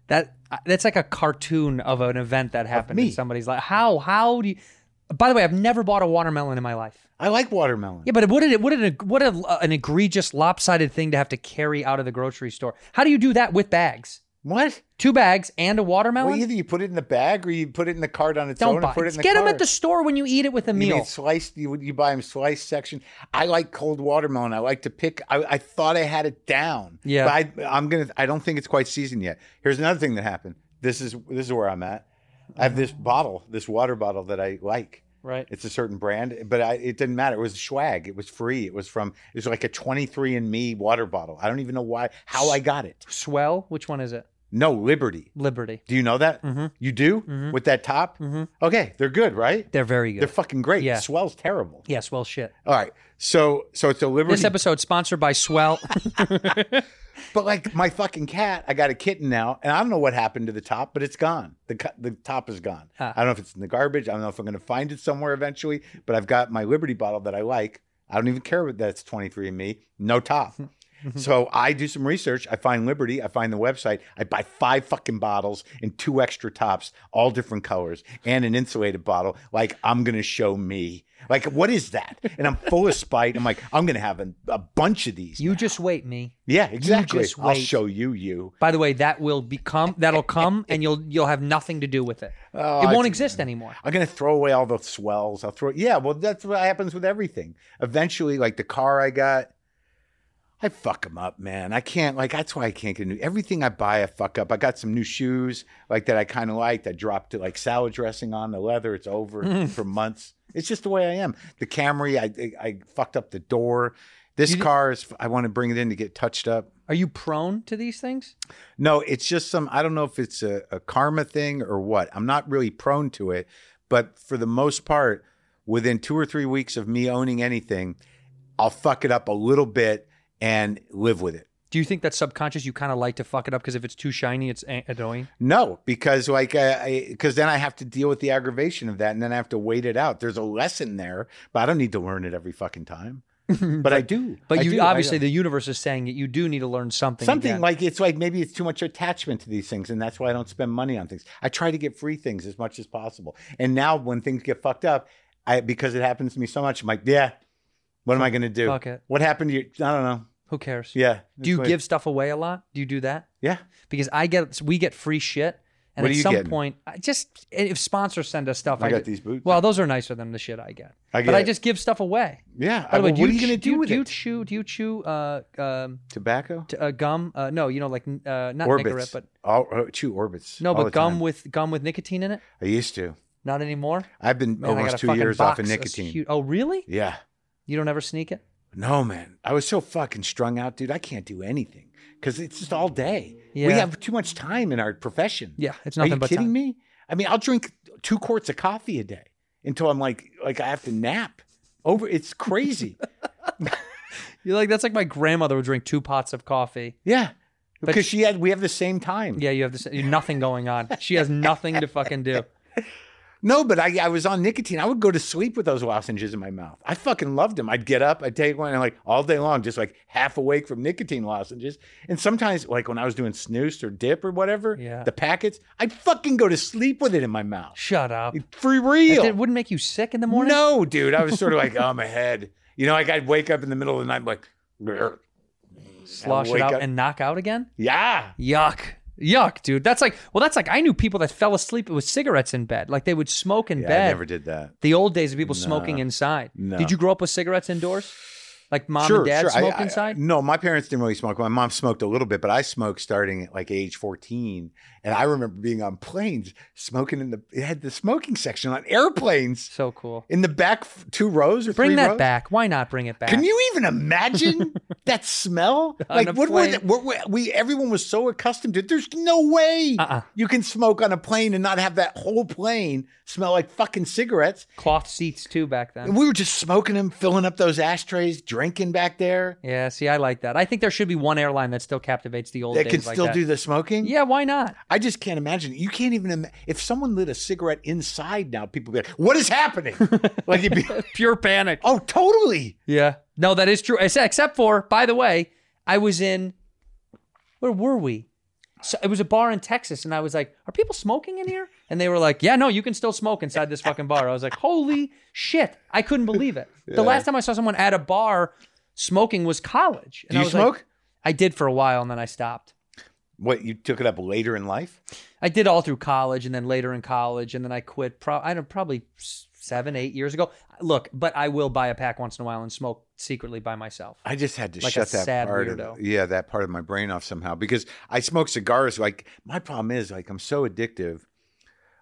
That uh, that's like a cartoon of an event that happened
me.
in somebody's life. How how do you? By the way, I've never bought a watermelon in my life.
I like watermelon.
Yeah, but what did it? What an what a, an egregious lopsided thing to have to carry out of the grocery store. How do you do that with bags?
What?
Two bags and a
Well,
watermelon.
either you put it in the bag or you put it in the cart on its
Don't
own.
buy.
and put it in the
Get them
car.
at the store when you eat it with a
You
meal.
mean sliced? You, you buy them sliced section. I like cold watermelon. I like to pick. I, I thought I had it down.
Yeah.
But I, I'm gonna. I don't think it's quite seasoned yet. Here's another thing that happened. This is this is where I'm at. I have this bottle, this water bottle that I like.
Right.
It's a certain brand, but I, it didn't matter. It was swag. It was free. It was from. It was like a 23andMe water bottle. I don't even know why how I got it.
Swell. Which one is it?
No Liberty.
Liberty.
Do you know that?
Mm-hmm.
You do with that top. Okay, they're good, right?
They're very good.
They're fucking great.
Yeah.
Swell's terrible.
yeah. Swell shit.
All right. So so it's a liberty.
This episode sponsored by Swell.
but like my fucking cat, I got a kitten now, and I don't know what happened to the top, but it's gone. The cu- the top is gone. I don't know if it's in the garbage. I don't know if I'm going to find it somewhere eventually. But I've got my Liberty bottle that I like. I don't even care what that's 23 and me. No top. So I do some research. I find Liberty. I find the website. I buy five fucking bottles and two extra tops, all different colors, and an insulated bottle. Like I'm gonna show me. Like what is that? And I'm full of spite. I'm like I'm gonna have a, a bunch of these.
you just wait, me.
yeah, exactly.
just
I'll
wait.
show you. You.
By the way, that will become that'll come, and you'll you'll have nothing to do with it.
Oh,
it won't exist anymore.
I'm gonna throw away all the swells. I'll throw. Yeah, well, that's what happens with everything. Eventually, like the car I got, I fuck them up, man. I can't. Like that's why I can't get new. Everything I buy, I fuck up. I got some new shoes like that I kind of liked. I dropped like salad dressing on the leather. It's over for months. It's just the way I am. The Camry, I I, I fucked up the door. This car is. I want to bring it in to get touched up.
Are you prone to these things?
No, it's just some. I don't know if it's a, a karma thing or what. I'm not really prone to it, but for the most part, within two or three weeks of me owning anything, I'll fuck it up a little bit and live with it.
Do you think that subconscious you kind of like to fuck it up because if it's too shiny, it's an- annoying?
No, because like, because then I have to deal with the aggravation of that, and then I have to wait it out. There's a lesson there, but I don't need to learn it every fucking time. But, I do.
But
I
you
do. I-
obviously the universe is saying that you do need to learn something.
something
again.
like it's like maybe it's too much attachment to these things and that's why i don't spend money on things i try to get free things as much as possible and now when things get fucked up i because it happens to me so much i'm like yeah what am i going to do
Fuck it.
what happened to you i don't know
who cares?
yeah
Do you
It's like-
give stuff away a lot? Do you do that?
yeah
Because I get we get free shit, and
What
at
are you
some
getting?
point, I just if sponsors send us stuff,
I got
ju-
these boots.
Well, those are nicer than the shit I get.
I
but
get
I
it.
just give stuff away.
yeah
By the
I-
way,
well, what are
you
you going to
ch- do
do with
do you
it
chew? Do you chew uh, um,
tobacco
t- uh, gum? Uh, no, you know, like n- uh, not
orbits
Nicorette, but
All- oh, chew orbits
no,
all
but
the
gum
time.
with gum with nicotine in it.
i used to
Not anymore.
i've been
Man, I got
almost
a
two
fucking
years off of
box, a
nicotine
huge- oh, really?
yeah
You don't ever sneak it?
No, man. I was so fucking strung out, dude. I can't do anything because it's just all day.
Yeah.
We have too much time in our profession.
Yeah, it's
Are
nothing
you
but
kidding
time.
me? I mean, I'll drink two quarts of coffee a day until I'm like, like I have to nap. Over, it's crazy.
You're like that's like my grandmother would drink two pots of coffee.
yeah.
But-
because she had we have the same time.
Yeah, you have this nothing going on. She has nothing to fucking do.
No, but I, I was on nicotine. I would go to sleep with those lozenges in my mouth. I fucking loved them. I'd get up, I'd take one, and like all day long, just like half awake from nicotine lozenges. And sometimes, like when I was doing snooze or dip or whatever,
Yeah.
the packets, I'd fucking go to sleep with it in my mouth.
Shut up.
For real.
It wouldn't make you sick in the morning.
No, dude. I was sort of like, oh, my head. You know, like I'd wake up in the middle of the night, like, "Grr."
slosh
Wake
it out
up-
and knock out again.
yeah.
Yuck. Yuck, dude. That's like, well, that's like I knew people that fell asleep with cigarettes in bed. Like they would smoke in
Yeah,
bed.
I never did that.
The old days of people smoking inside.
No.
Did you grow up with cigarettes indoors? Like mom and dad
I-
smoke
I-
inside?
no, my parents didn't really smoke. My mom smoked a little bit, but I smoked starting at like age 14. And I remember being on planes smoking in the, it had the smoking section on airplanes
so cool.
in the back f- two rows or
Bring
three
that
rows.
back. Why not bring it back?
Can you even imagine that smell?
On
Like
a
what were,
plane.
the, what were we? Everyone was so accustomed to. it. There's no way
Uh-uh.
you can smoke on a plane and not have that whole plane smell like fucking cigarettes.
Cloth seats too back
And
then.
we were just smoking them, filling up those ashtrays, drinking back there.
Yeah, see, I like that. I think there should be one airline that still captivates the old
They
days
can
like
still
that.
do the smoking.
Yeah, why not?
I just can't imagine. You can't even ima- if someone lit a cigarette inside now. People be like, "What is happening?" like it'd be,
Pure panic.
"Oh, totally."
Yeah. No, that is true. Ex- Except for, by the way, I was in. Where were we? So it was a bar in Texas, and I was like, "Are people smoking in here?" And they were like, "Yeah, no, you can still smoke inside this fucking bar." I was like, "Holy shit!" I couldn't believe it. The last time I saw someone at a bar smoking was college. And
Do
I
you
was like-
smoke?
I did for a while, and then I stopped.
what you took it up later in life?
I did all through college, and then later in college, and then I quit. Pro- I don't probably s- seven, eight years ago. Look, but I will buy a pack once in a while and smoke secretly by myself.
I just had to
Like a
shut that
sad
part
weirdo.
of yeah that part of my brain off somehow because I smoke cigars. Like my problem is like I'm so addictive.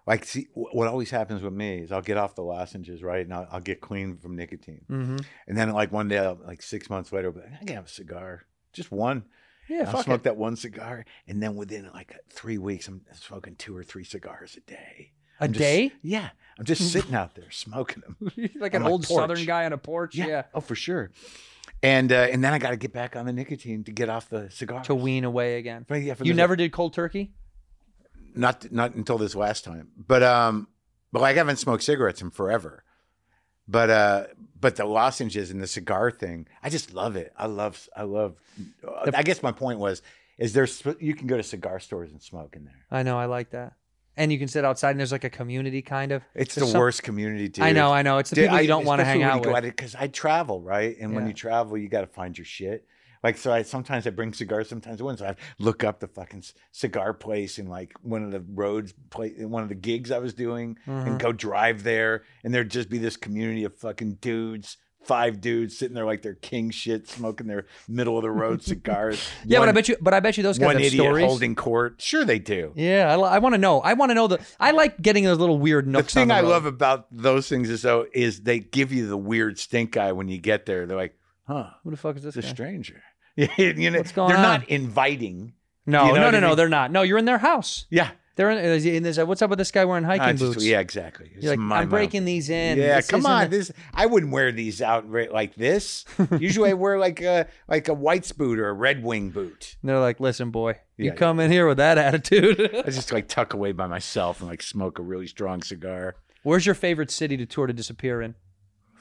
Like see, wh- what always happens with me is I'll get off the lozenges right, and I'll, I'll get clean from nicotine,
Mm-hmm.
and then like one day, I'll- like six months later, I'll be like, I can have a cigar, just one.
Yeah,
I'll
fuck
smoke
it.
that one cigar, and then within like three weeks, I'm smoking two or three cigars a day.
A
I'm just-
day?
Yeah, I'm just sitting out there smoking them.
like
on
an
my
old
porch.
southern guy on a porch. Yeah.
oh for sure. And uh, and then I got to get back on the nicotine to get off the cigar.
To wean away again.
Right, yeah, from
you
the-
never did cold turkey?
not not until this last time, but um, but like I haven't smoked cigarettes in forever. But uh, but the lozenges and the cigar thing, I just love it. I love I love. I guess my point was is there's you can go to cigar stores and smoke in there.
I know, I like that. And you can sit outside and there's like a community kind of.
It's
There's
the
some-
worst community, dude.
I know, I know. It's the people you don't want to hang out with.
Because I travel, right? And when
Yeah.
you travel, you got to find your shit. Like, so I sometimes I bring cigars, sometimes I wouldn't. So I look up the fucking c- cigar place in like one of the roads, play, in one of the gigs I was doing,
Mm-hmm.
and go drive there. And there'd just be this community of fucking dudes. Five dudes sitting there like they're king shit, smoking their middle of the road cigars.
Yeah,
one,
but I bet you but I bet you those guys
one
have
idiot
stories.
holding court. Sure, they do.
Yeah, I, li- I want to know. I want to know the I like getting those little weird
the
nooks on
thing I
road.
love about those things is though is they give you the weird stink eye when you get there. They're like, huh,
Who the fuck is this
it's a
guy?
stranger. you know,
What's going
they're
on?
not inviting.
No,
You know
no,
what
no,
I
no,
mean?
they're not. No, you're in their house.
Yeah.
They're in and there's a, what's up with this guy wearing hiking
I just-
boots?
yeah, exactly. It's
You're like,
my
I'm breaking
mouth.
these in.
Yeah,
This
come
isn't
on.
a-
This I wouldn't wear these out ri- like this. Usually I wear like a like a white's boot or a red wing boot.
And they're like, listen, boy, you
Yeah,
come in here with that attitude.
I just like tuck away by myself and like smoke a really strong cigar.
Where's your favorite city to tour to disappear in?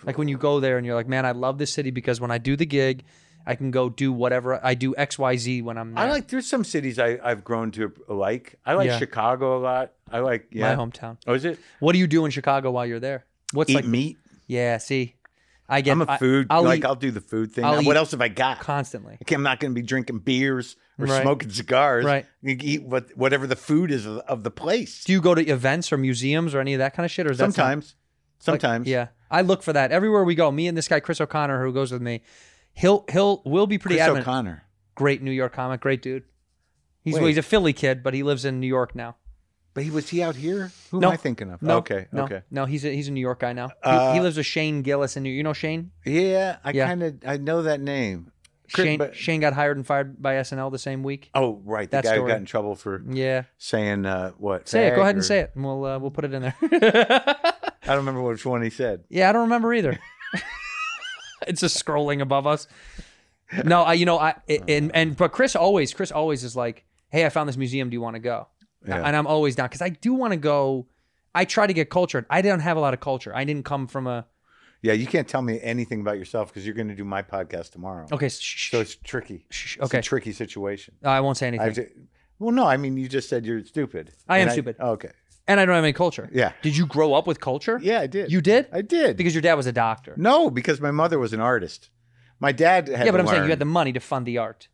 Like when you go there and you're like, man, I love this city because when I do the gig, I can go do whatever I do X Y Z when I'm there.
I like there's some cities I, I've grown to like. I like
Yeah.
Chicago a lot. I like yeah.
my hometown.
Oh, is it?
What do you do in Chicago while you're there? What's
Eat
like?
meat.
Yeah, see, I get.
I'm a food
I, will
like
eat
I'll do the food thing.
I'll eat
what else have I got?
constantly.
Okay, I'm not going to be drinking beers or
Right.
smoking cigars.
Right.
You can eat what whatever the food is of, of the place.
Do you go to events or museums or any of that kind of shit? Or is that some-
sometimes, sometimes.
yeah, I look for that everywhere we go. Me and this guy Chris O'Connor, who goes with me, he'll he'll will be pretty
Chris
adamant.
O'Connor.
Great New York comic, great dude. He's well,
Wait.
he's a Philly kid, but he lives in New York now.
But he was he out here? Who
No.
am I thinking of?
No.
okay.
No.
Okay.
No, he's a, he's a New York guy now. He-
Uh,
he, lives with Shane Gillis in New. You know Shane?
Yeah, I
Yeah.
kind of I know that name. Chris-
Shane
but-
Shane got hired and fired by SNL the same week.
Oh, right. The
That
guy
story.
who got in trouble for
Yeah.
saying uh, what?
Say it. Go
fag
ahead
or-
and say it, and we'll uh, we'll put it in there.
I don't remember which one he said.
yeah, I don't remember either. it's just scrolling above us. No, I, you know, I and and but Chris always, Chris always is like, "Hey, I found this museum. Do you want to go?"
Yeah.
And I'm always down because I do want to go. I try to get cultured. I don't have a lot of culture. I didn't come from a
Yeah, you can't tell me anything about yourself because you're going to do my podcast tomorrow.
okay. Shh, shh,
So
shh.
it's tricky.
Shh,
It's a
okay.
tricky situation.
I won't say anything.
I have to, well, no, I mean, you just said you're stupid.
I am
And
stupid.
Okay.
and I don't have any culture.
Yeah.
Did you grow up with culture?
Yeah, I did.
You did?
I did.
Because your dad was a doctor.
no, because my mother was an artist. My dad had
yeah, but I'm saying you
learned-
had the money to fund the art.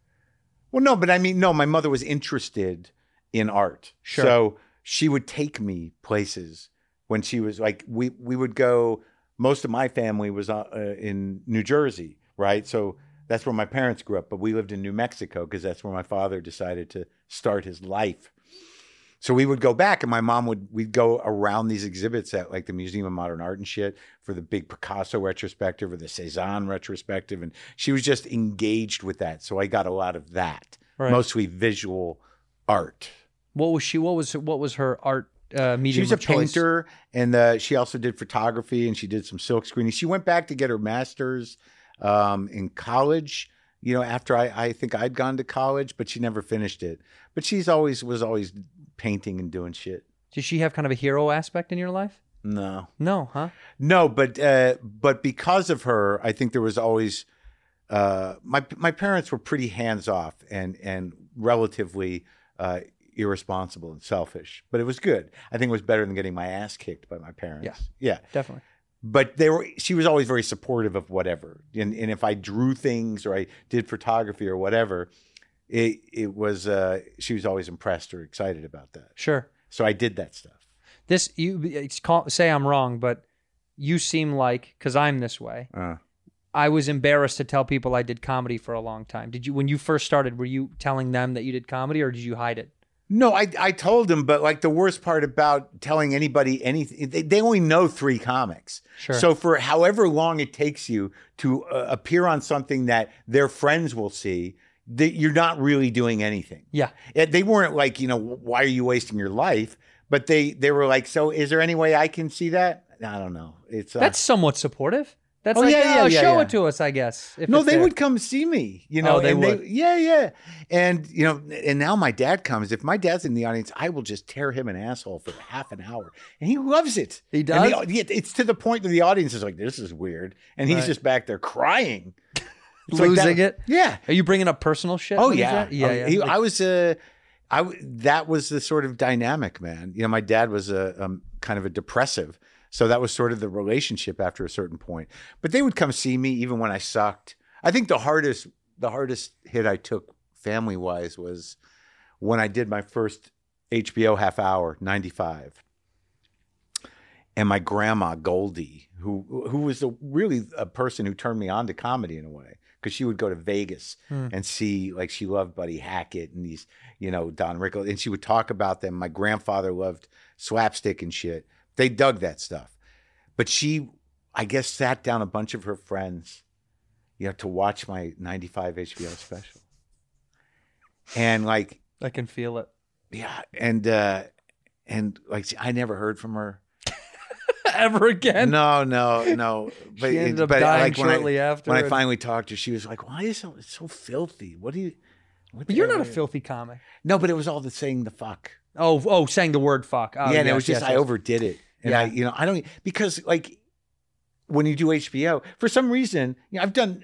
Well, no, but I mean, no, my mother was interested in art.
Sure.
So she would take me places when she was like, we, we would go, most of my family was uh, uh, in New Jersey, right? So that's where my parents grew up, but we lived in New Mexico because that's where my father decided to start his life. So we would go back, and my mom would we'd go around these exhibits at like the Museum of Modern Art and shit for the big Picasso retrospective or the Cezanne retrospective, and she was just engaged with that. So I got a lot of that,
Right.
mostly visual art.
What was she? What was what was her art uh, medium?
She was a
of choice?
painter, and uh, she also did photography, and she did some silk screening. She went back to get her master's um, in college. You know, after I, I think I'd gone to college, but she never finished it. But she's always was always painting and doing shit.
Did she have kind of a hero aspect in your life?
No.
No, huh?
No, but uh, but because of her, I think there was always uh, my my parents were pretty hands off and and relatively uh, irresponsible and selfish. But it was good. I think it was better than getting my ass kicked by my parents. Yeah, yeah.
Definitely.
But they were. She was always very supportive of whatever. And and if I drew things or I did photography or whatever, it it was. Uh, she was always impressed or excited about that.
Sure.
So I did that stuff.
This you it's call, say I'm wrong, but you seem like because I'm this way.
Uh.
I was embarrassed to tell people I did comedy for a long time. Did you when you first started? Were you telling them that you did comedy, or did you hide it?
No, I I told him, but like the worst part about telling anybody anything, they, they only know three comics.
Sure.
So for however long it takes you to uh, appear on something that their friends will see, that you're not really doing anything.
Yeah.
And they weren't like, you know, why are you wasting your life? But they they were like, so is there any way I can see that? I don't know. It's uh,
That's somewhat supportive. That's
Oh,
like,
yeah, yeah,
oh,
yeah,
show
yeah.
it to us, I guess. if
no,
it's
they
there.
would come see me. You know,
Oh, they
and
would.
yeah, yeah. And you know, and now my dad comes. If my dad's in the audience, I will just tear him an asshole for half an hour, and he loves it.
He
And
does?
the- yeah, it's to the point that the audience is like, "This is weird," and he's
Right.
just back there crying, It's like
losing
that-
it.
Yeah.
Are you bringing up personal shit?
Oh
when you
yeah,
said- yeah,
Oh,
yeah.
he-
Like-
I was uh, I w- that was the sort of dynamic, man. You know, my dad was a um, kind of a depressive, so that was sort of the relationship after a certain point. But they would come see me even when I sucked. I think the hardest the hardest hit I took family wise was when I did my first HBO half hour, ninety five and my grandma Goldie, who who was a, really a person who turned me on to comedy in a way, because she would go to Vegas and see like she loved Buddy Hackett and these you know Don Rickles, and she would talk about them. My grandfather loved slapstick and shit. They dug that stuff, but she, I guess, sat down a bunch of her friends, you know, to watch my '95 HBO special, and like
I can feel it.
yeah, and uh and like I never heard from her.
Ever again?
No, no, no. But,
She ended
it-
up
but
dying
like when
shortly
I,
after
When I
and-
finally talked to her, she was like, "Why is it it's so filthy? What do you?" What
But
the
you're
hell
not a
are you-"
filthy comic.
No, but it was all the saying the fuck.
Oh, oh, saying the word fuck. Oh,
yeah, and it
yes,
was just
yes,
I
yes.
overdid it, and I,
Yeah.
you know, I don't e, because like when you do HBO, for some reason, you know, I've done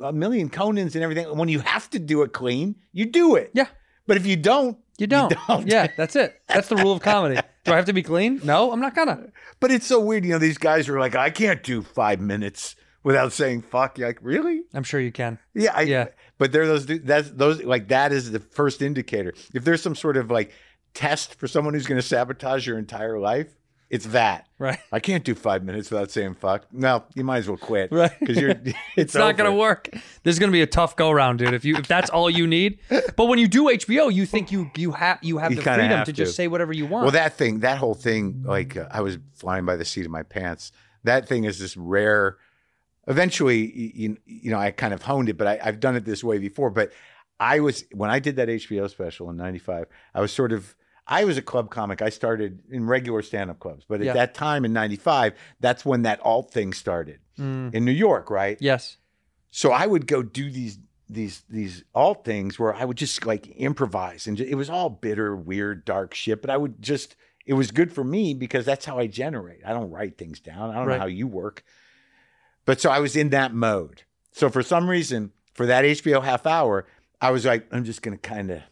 a million Conans and everything. When you have to do it clean, you do it.
Yeah.
but if you don't,
You don't.
don't.
Yeah, that's it. That's the rule of comedy. Do I have to be clean? No, I'm not gonna.
But it's so weird, you know. These guys were like, "I can't do five minutes without saying fuck." You're like, really?
I'm sure you can.
Yeah, I,
Yeah.
But there are those that's those like that is the first indicator. If there's some sort of like test for someone who's going to sabotage your entire life, it's that.
Right.
I can't do five minutes without saying fuck. No, you might as well quit.
Right.
Because you're it's,
It's not gonna
over.
work. This is gonna be a tough go round, dude. If you if that's all you need. But when you do HBO, you think you you have you have
You
the
kinda
freedom
have
to just
to.
say whatever you want.
Well, that thing, that whole thing, like uh, I was flying by the seat of my pants. That thing is this rare. Eventually, y- you, you know, I kind of honed it, but I, I've done it this way before. But I was when I did that HBO special in '95, I was sort of. I was a club comic. I started in regular stand-up clubs, but at
Yeah.
that time in '95, that's when that alt thing started in New York, right?
Mm. yes.
So I would go do these these these alt things where I would just like improvise and ju- it was all bitter, weird, dark shit. But I would just it was good for me because that's how I generate. I don't write things down. I don't
Right.
know how you work, but so I was in that mode. So for some reason, for that HBO half hour, I was like, I'm just gonna kind of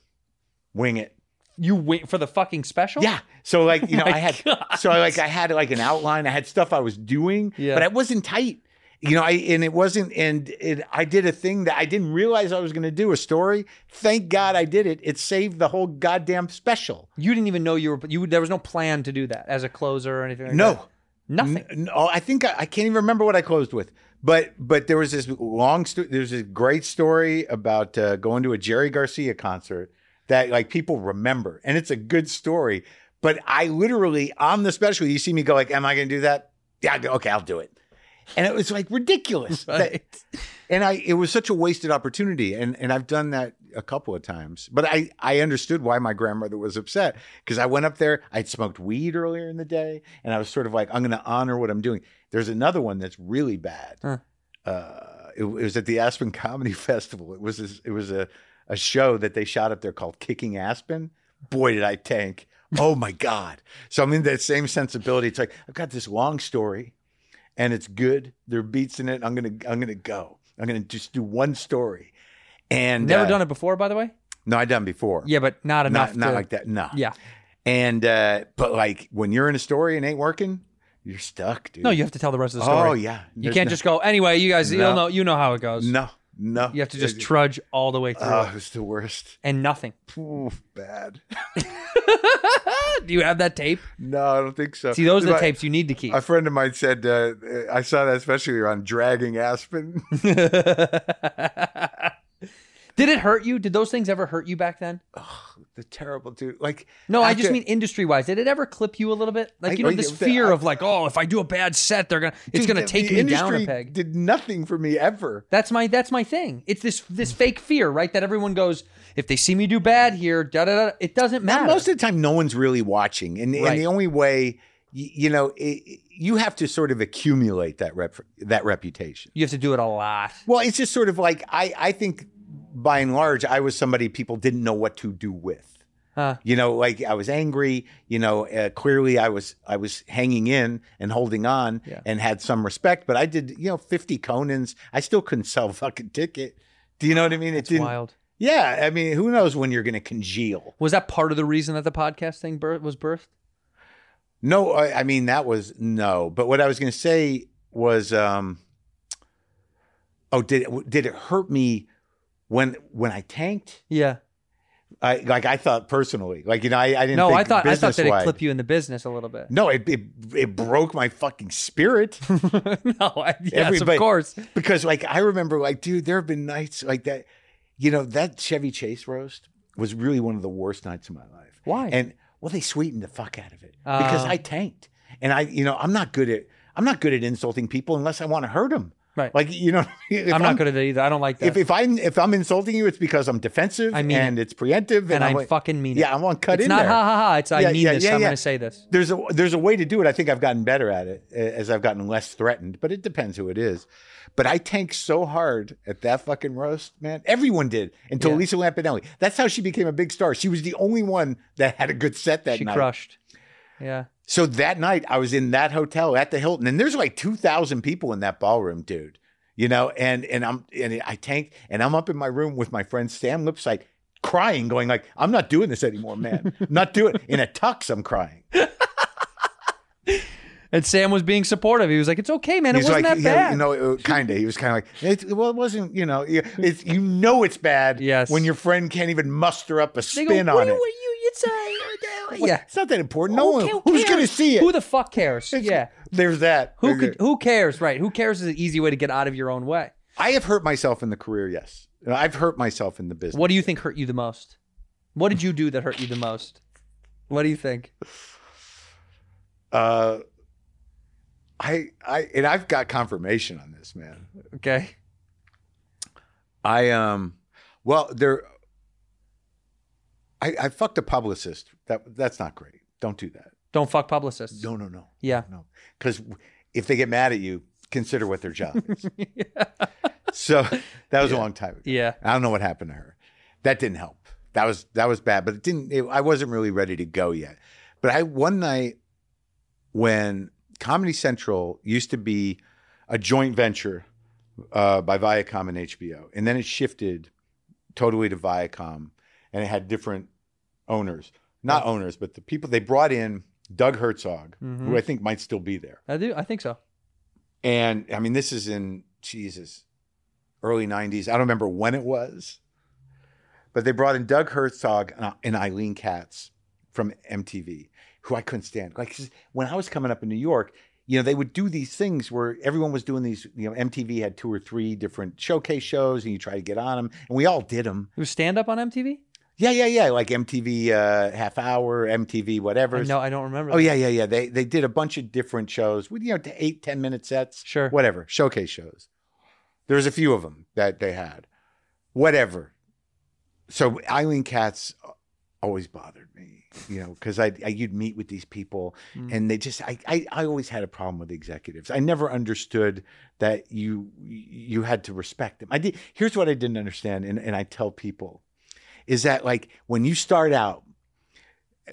wing it.
You wait for the fucking special?
Yeah. So like, you know,
my
I had
God.
so I like I had like an outline. I had stuff I was doing,
Yeah.
but I wasn't tight. You know, I and it wasn't and it I did a thing that I didn't realize I was going to do a story. Thank God I did it. It saved the whole goddamn special.
You didn't even know you were. You there was no plan to do that as a closer or anything. Like
No.
that. nothing.
N- No, I think I, I can't even remember what I closed with. But but there was this long sto- there's this great story about uh, going to a Jerry Garcia concert that like people remember, and it's a good story. But I literally on the special, you see me go like, "Am I going to do that? Yeah, I'll do- okay, I'll do it." And it was like ridiculous. that-
Right.
and I it was such a wasted opportunity. And and I've done that a couple of times. But I I understood why my grandmother was upset because I went up there, I'd smoked weed earlier in the day, and I was sort of like, I'm gonna honor what I'm doing. There's another one that's really bad.
Huh.
Uh, it, it was at the Aspen Comedy Festival. It was this, it was a a show that they shot up there called Kicking Aspen. Boy, did I tank. Oh my God. So I'm in that same sensibility. It's like, I've got this long story and it's good. There are beats in it. I'm gonna I'm gonna go. I'm gonna just do one story. And uh,
Never done it before, by the way.
No, I've done before.
Yeah, but not enough.
not not
to-
like that. No.
Yeah.
And uh, but like when you're in a story and ain't working, you're stuck, dude.
No, you have to tell the rest of the story.
Oh yeah.
You
There's
can't
no-
just go anyway. You guys,
No.
you'll know. You know how it goes.
no no.
You have to just trudge all the way through
Oh,
it
it's the worst.
and nothing.
Oof, bad.
Ah, Do you have that tape?
No, I don't think so.
See, those are the
But
tapes you need to keep.
A friend of mine said uh, I saw that especially on dragging Aspen.
Did it hurt you? Did those things ever hurt you back then?
the terrible dude. Like
No, I
after-
just mean industry wise. Did it ever clip you a little bit? Like
I-
you know
I-
this
the-
fear
I-
of like, oh, if I do a bad set, they're gonna it's
Dude,
gonna
the-
take me
the
down a
industry
peg.
Did nothing for me ever.
That's my that's my thing. It's this this fake fear, right? That everyone goes, if they see me do bad here, da da da. It doesn't matter.
Most of the time, no one's really watching, and,
Right.
and the only way, y- you know, it, you have to sort of accumulate that rep, that reputation.
you have to do it a lot.
Well, it's just sort of like I I think by and large, I was somebody people didn't know what to do with.
Huh.
You know, like I was angry. You know, uh, clearly I was I was hanging in and holding on
Yeah.
and had some respect. But I did, you know, fifty Conans. I still couldn't sell a fucking ticket. Do you know what I mean? It
It's wild.
Yeah, I mean, who knows when you're going to congeal?
Was that part of the reason that the podcast thing bir- was birthed?
No, I, I mean that was no. But what I was going to say was, um, oh, did it, did it hurt me when when I tanked?
Yeah.
I, like I thought personally, like you know, I, I didn't.
No,
think
I thought I thought that it
business-wise.
clip you in the business a little bit.
No, it, it it broke my fucking spirit
no, I, yes,
Everybody-
of course.
because like I remember, like dude, there have been nights like that. You know that Chevy Chase roast was really one of the worst nights of my life.
Why?
And well, they sweetened the fuck out of it because
Oh.
I tanked, and I, you know, I'm not good at I'm not good at insulting people unless I want to hurt them.
Right.
Like you know, if
I'm not good at it either. I don't like that.
If, if I'm if I'm insulting you, it's because I'm defensive
I mean
and it's preemptive, and,
and I
I'm like-
fucking mean it.
yeah, I want to cut
it's
in
not
there.
ha ha ha. It's I
Yeah,
mean
yeah,
this.
yeah,
I'm
yeah.
going to say this.
There's a there's a way to do it. I think I've gotten better at it a- as I've gotten less threatened, but it depends who it is. But I tanked so hard at that fucking roast, man. Everyone did until
Yeah.
Lisa Lampanelli. That's how she became a big star. She was the only one that had a good set that
She
night.
crushed. Yeah.
So that night, I was in that hotel at the Hilton, and there's like two thousand people in that ballroom, dude. You know, and and I'm and I tanked, and I'm up in my room with my friend Sam Lipsight, crying, going like, "I'm not doing this anymore, man. I'm not doing it." In a tux, I'm crying.
And Sam was being supportive. He was like, "It's okay, man. It
He's
wasn't
like,
that
yeah,
bad."
You know, kind of. He was kind of like, it, well, it wasn't. You know, you- it's you know it's bad.
Yes.
When your friend can't even muster up a
they
spin
go, what
on
do
it.
you, what do you, it's uh,
What-
yeah.
It's not that important. No one.
Who ca-
who's
cares?
going to see it?
Who the fuck cares?
It's-
yeah.
There's that.
Who
There's
could?
that.
Who cares? Right. Who cares is an easy way to get out of your own way.
I have hurt myself in the career. Yes, I've hurt myself in the business.
What do you think hurt you the most? What did you do that hurt you the most? What do you think?
Uh, I I and I've got confirmation on this, man.
Okay.
I um, well, there. I, I fucked a publicist. That that's not great. Don't do that.
Don't fuck publicists.
No, no, no.
Yeah.
No. Because if they get mad at you, consider what their job is. so that was a long time ago.
Yeah.
I don't know what happened to her. That didn't help. That was that was bad, but it didn't. It, I wasn't really ready to go yet. But I one night when Comedy Central used to be a joint venture uh, by Viacom and HBO, and then it shifted totally to Viacom, and it had different owners, not owners, but the people they brought in. Doug Herzog, who I think might still be there,
I do. I think so.
and I mean, this is in Jesus, early '90s. I don't remember when it was, but they brought in Doug Herzog and- uh, and Eileen Katz from MTV, who I couldn't stand. Like 'cause when I was coming up in New York, you know, they would do these things where everyone was doing these. You know, MTV had two or three different showcase shows, and you try to get on them, and we all did them.
It was stand up on MTV?
Yeah, yeah, yeah. Like MTV uh, half hour, MTV whatever.
No, I don't remember.
Oh
that.
yeah, yeah, yeah. They they did a bunch of different shows with you know t- eight ten minute sets,
Sure.
whatever showcase shows. There was a few of them that they had, whatever. So Eileen Katz always bothered me, you know, because I, I you'd meet with these people
Hmm.
and they just I, I I always had a problem with executives. I never understood that you you had to respect them. I did. Here's what I didn't understand, and and I tell people, is that like when you start out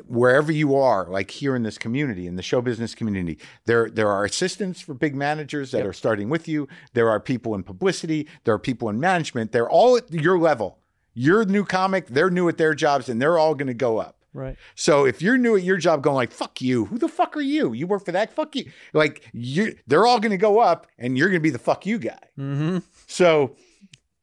wherever you are, like here in this community, in the show business community, there there are assistants for big managers that are starting with you. There are people in publicity. There are people in management. They're all at your level. You're a new comic. They're new at their jobs, and they're all going to go up.
Right.
So if you're new at your job, going like "fuck you," who the fuck are you? You work for that? Fuck you! Like you, they're all going to go up, and you're going to be the fuck you guy.
Mm-hmm.
So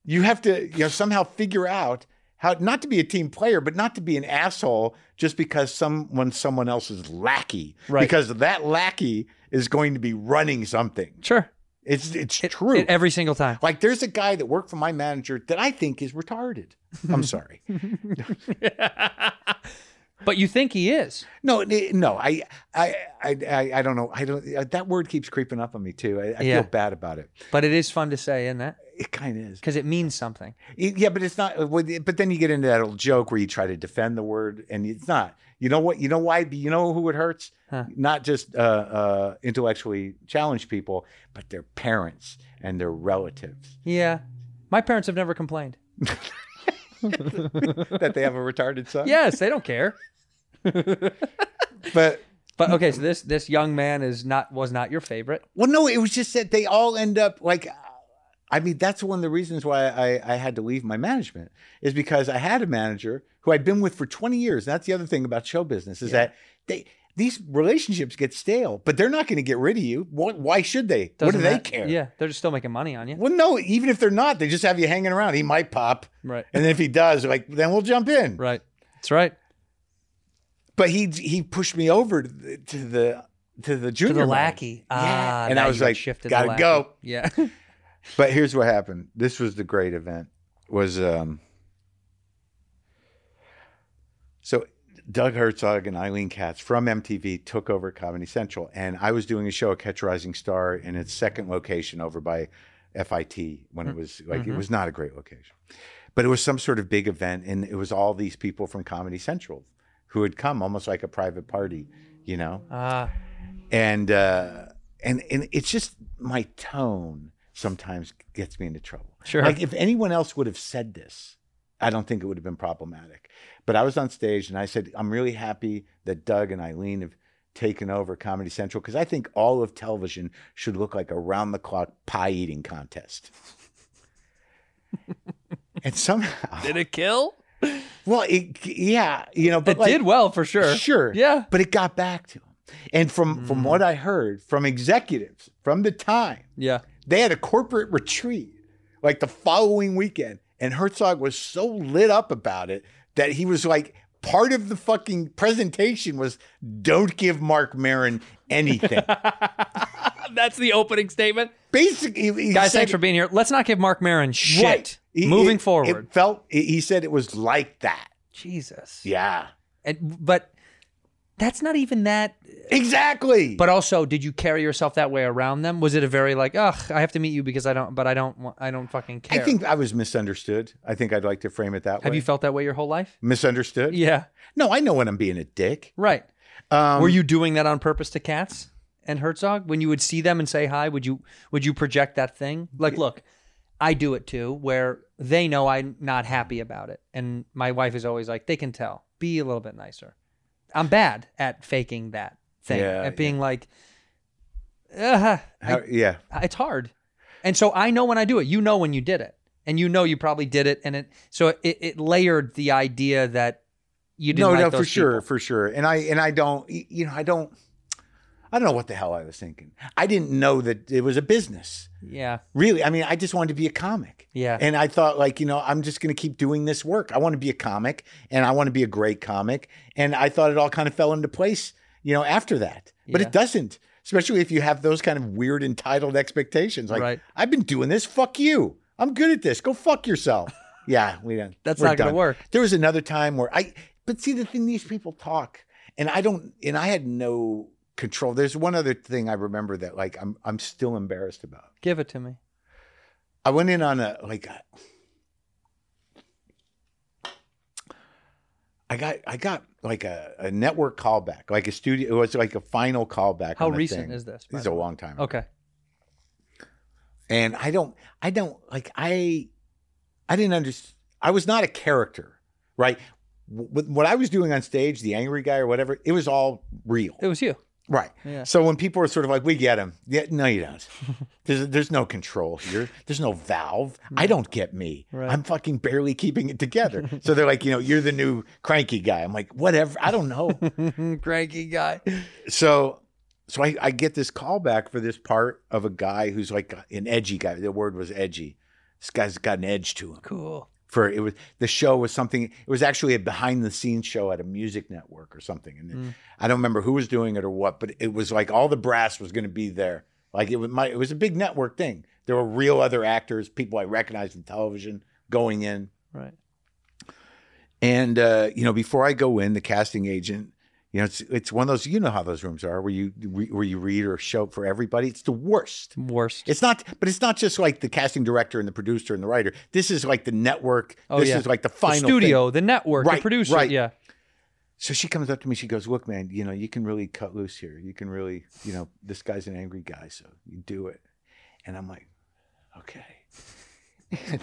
you have to, you know, somehow figure out how not to be a team player, but not to be an asshole just because someone someone else is lackey.
Right.
Because that lackey is going to be running something.
Sure.
It's it's
It-
true.
it- every single time.
like there's a guy that worked for my manager that I think is retarded. I'm sorry.
But you think he is.
No, n- no, I, I, I, I, I don't know. I don't. uh, That word keeps creeping up on me too. I, I
Yeah.
feel bad about it.
But it is fun to say, isn't it?
It kind of is.
Because it means something.
It- Yeah, but it's not. uh, with- But then you get into that old joke where you try to defend the word, and it's not. You know what? You know why? You know who it hurts?
Huh.
Not just uh, uh, intellectually challenged people, but their parents and their relatives
Yeah. My parents have never complained.
that they have a retarded son.
Yes, they don't care.
but
But okay, so this this young man is not was not your favorite.
well, no, it was just that they all end up like. I mean, that's one of the reasons why I, I had to leave my management is because I had a manager who I'd been with for 20 years. That's the other thing about show business is that they these relationships get stale, but they're not going to get rid of you. What, why should they? what do
Doesn't
they
that-
care?
Yeah, they're just still making money on you.
Well, no, even if they're not, they just have you hanging around. He might pop.
Right.
And then if he does, they're like, then we'll jump in.
Right. That's right.
But he he pushed me over to the to the, to the
To
junior
the
line.
lackey. Ah,
And
now
I was
you got
like,
shifted the
gotta
lackey.
go.
Yeah.
But here's what happened. This was the great event. Was um so Doug Herzog and Eileen Katz from MTV took over Comedy Central, and I was doing a show at Catch a Rising Star in its second location over by FIT when it was like it was not a great location, but it was some sort of big event, and it was all these people from Comedy Central who had come almost like a private party, you know
Ah,
and uh, and and it's just my tone sometimes gets me into trouble.
Sure.
Like if anyone else would have said this, I don't think it would have been problematic. But I was on stage and I said, I'm really happy that Doug and Eileen have taken over Comedy Central because I think all of television should look like a round the clock pie eating contest. and somehow,
did it kill?
well, it, yeah, you know, but
It
like,
did well for sure.
Sure.
Yeah. Mm.
But it got back to him. And from from what I heard from executives from the time,
Yeah.
they had a corporate retreat like the following weekend, and Herzog was so lit up about it that he was like, part of the fucking presentation was don't give Mark Marin anything.
That's the opening statement.
Basically, he
Guys,
said-
thanks for being here. Let's not give Mark Maron shit.
Right. He-
Moving
it-
forward.
It felt he- he said it was like that.
Jesus.
Yeah.
And, but that's not even that.
Exactly.
But also, did you carry yourself that way around them? Was it a very like, ugh, I have to meet you because I don't, but I don't, wa- I don't fucking
I
care.
think I was misunderstood. I think I'd like to frame it that way.
have you felt that way your whole life?
misunderstood?
Yeah.
No, I know when I'm being a dick.
Right.
Um,
Were you doing that on purpose to cats and Herzog? When you would see them and say hi, would you would you project that thing? Like, look, I do it too, where they know I'm not happy about it. And my wife is always like, they can tell. Be a little bit nicer. I'm bad at faking that thing,
Yeah,
at being like, Ugh,
How, yeah.
it's hard. And so I know when I do it, you know when you did it, and you know you probably did it, and it so it, it layered the idea that you didn't.
No,
like
no,
those
for sure,
people.
for sure. And I and I don't, y- you know, I don't, I don't know what the hell I was thinking. I didn't know that it was a business.
Yeah,
Really, I mean, I just wanted to be a comic.
Yeah.
And I thought, like, you know, I'm just going to keep doing this work. I want to be a comic, and I want to be a great comic. And I thought it all kind of fell into place, you know, after that. But
Yeah.
it doesn't, especially if you have those kind of weird entitled expectations. Like,
Right.
I've been doing this. Fuck you. I'm good at this. Go fuck yourself. yeah, we don't.
That's
we're
not gonna
done.
work.
There was another time where I, but see, the thing these people talk, and I don't, and I had no control. There's one other thing I remember that, like, I'm I'm still embarrassed about.
give it to me.
I went in on a like a- I got I got like a, a network callback, like a studio. It was like a final callback.
How
on a
recent
thing.
is this, by
This is
the
a long time. ago.
Okay,
And I don't I don't like I I didn't understand. I was not a character, right? Wh- What I was doing on stage, the angry guy or whatever, it was all real.
it was you.
Right.
Yeah.
So when people are sort of like, we get him. Yeah, no, you don't. There's, there's no control here. There's no valve. I don't get me.
Right.
I'm fucking barely keeping it together. so they're like, you know, you're the new cranky guy. I'm like, whatever. I don't know. Mm,
Cranky guy.
so so I, I get this callback for this part of a guy who's like an edgy guy. The word was edgy. This guy's got an edge to him
Cool.
for it was the show was something it was actually a behind the scenes show at a music network or something and
Mm.
i don't remember who was doing it or what but it was like all the brass was going to be there like it was my it was a big network thing there were real other actors people i recognized from television going in
Right.
and uh, you know, before I go in, the casting agent, you know, it's it's one of those. You know how those rooms are, where you re, where you read or show for everybody. It's the worst.
Worst.
It's not, but it's not just like the casting director and the producer and the writer. This is like the network.
Oh,
this
yeah.
is like the
The
final
studio,
thing.
the network, the
Right,
producer.
right.
Yeah.
So she comes up to me. She goes, "Look, man, you know, you can really cut loose here. You can really, you know, this guy's an angry guy, so you do it." And I'm like, "Okay."
I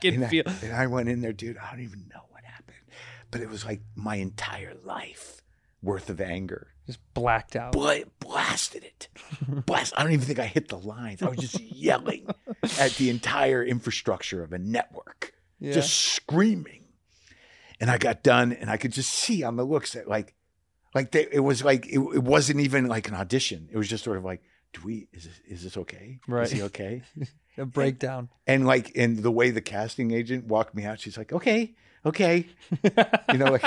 can
and I,
feel.
and I went in there, dude. I don't even know what happened, but it was like my entire life worth of anger.
Just blacked out.
Bla- blasted it. Blast. I don't even think I hit the lines. I was just yelling at the entire infrastructure of a network,
Yeah.
just screaming. And I got done, and I could just see on the looks that like, like they, it was like it, it wasn't even like an audition. It was just sort of like, do we? Is this, is this okay?
Right.
Is he okay?
A breakdown.
And like, and the way the casting agent walked me out, she's like, okay, okay, you know, like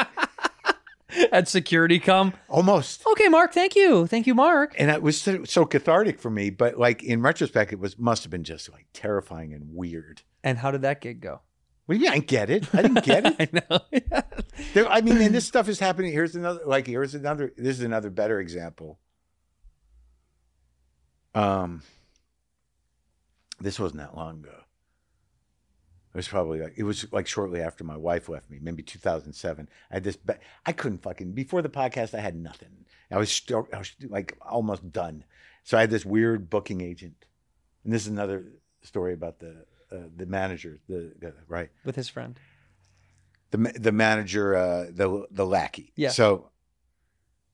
Had security come.
almost.
Okay, Mark. Thank you. Thank you, Mark.
And it was so, so cathartic for me, but like in retrospect, it was must have been just like terrifying and weird.
And how did that gig go?
Well, yeah, I get it. I didn't get it.
I know.
There, I mean, and this stuff is happening. Here's another, like, here's another. This is another better example. Um, this wasn't that long ago. It was probably like it was like shortly after my wife left me, maybe 2007. I had this, ba- I couldn't fucking before the podcast. I had nothing. I was still, I was like almost done. So I had this weird booking agent, and this is another story about the uh, the manager, the, the right
With his friend.
the ma- the manager uh the the lackey
Yeah.
so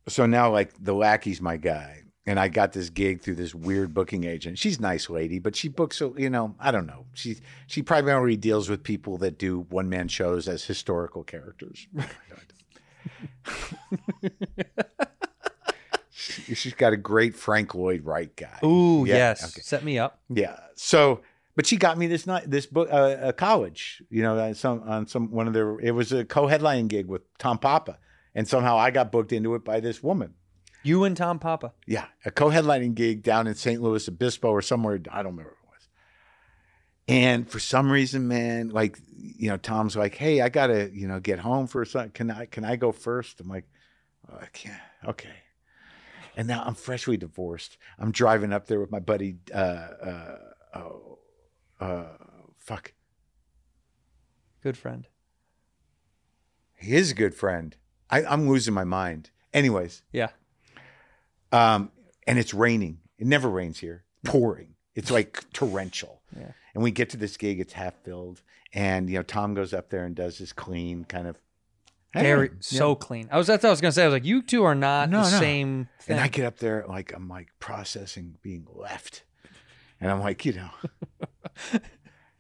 so now like the lackey's my guy and i got this gig through this weird booking agent she's a nice lady but she books so you know i don't know she she primarily deals with people that do one man shows as historical characters She- she's got a great frank lloyd wright guy
Ooh,
Yeah,
yes.
okay.
Set me up.
Yeah. So, but she got me this night, this book, uh, a college, you know, on some on some one of their. It was a co-headline gig with Tom Papa, and somehow I got booked into it by this woman.
You and Tom Papa.
Yeah, a co-headlining gig down in St. Louis Obispo or somewhere. I don't remember what it was. And for some reason, man, like you know, Tom's like, "Hey, I gotta, you know, get home for a second. Can I, can I go first? I'm like, "Oh, "I can't." Okay. And now I'm freshly divorced. I'm driving up there with my buddy. Uh, uh, oh, uh, fuck.
Good friend.
He is a good friend. I, I'm losing my mind. Anyways,
Yeah.
um, and it's raining. It never rains here. Pouring. It's like torrential.
Yeah.
And we get to this gig, it's half filled, and you know Tom goes up there and does his clean kind of.
Very
Yeah.
so clean. I was that's what I was gonna say. I was like, you two are not
No,
the
no.
same thing.
And I get up there like I'm like processing being left, and I'm like you know,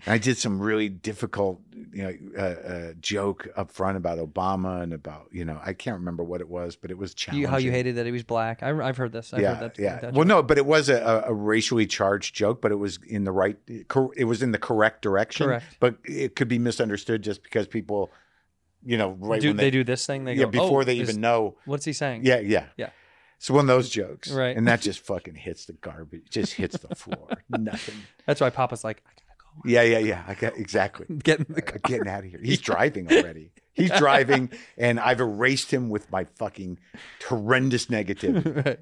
I did some really difficult you know uh, uh, joke up front about Obama and about you know I can't remember what it was, but it was challenging.
you, how you hated that he was black. I, have heard this. I've
yeah,
heard that.
yeah.
that
well, no, but it was a, a- a racially charged joke, but it was in the right. cor- It was in the correct direction.
Correct.
But it could be misunderstood just because people, you know, right
do
when
they, do this thing? They
yeah
go,
before
"Oh,
they
is-
even know.
What's he saying?
Yeah, yeah,
Yeah.
It's one of those jokes,
Right.
And that just fucking hits the garbage. It Just hits the floor. Nothing.
That's why Papa's like, I gotta
Yeah, yeah, yeah. I got, exactly.
go. Get in the
I'm
car.
getting out of here. He's driving already. He's driving, and I've erased him with my fucking horrendous negativity.
Right.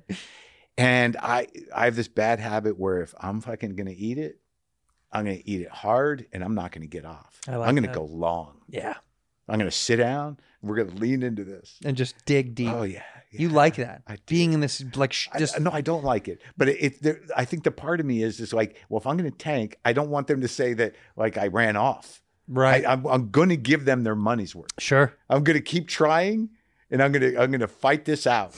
And I I have this bad habit where if I'm fucking gonna eat it, I'm gonna eat it hard and I'm not gonna get off.
I like
I'm gonna
that.
go long.
Yeah,
I'm gonna sit down. We're gonna lean into this.
and just dig deep.
Oh yeah,
You like that?
I do.
Being in this like sh-
I,
just
no, I don't like it. But it, it there, I think the part of me is just like, well, if I'm gonna tank, I don't want them to say that like I ran off.
right.
I, I'm, I'm gonna give them their money's worth.
sure.
I'm gonna keep trying, and I'm gonna I'm gonna fight this out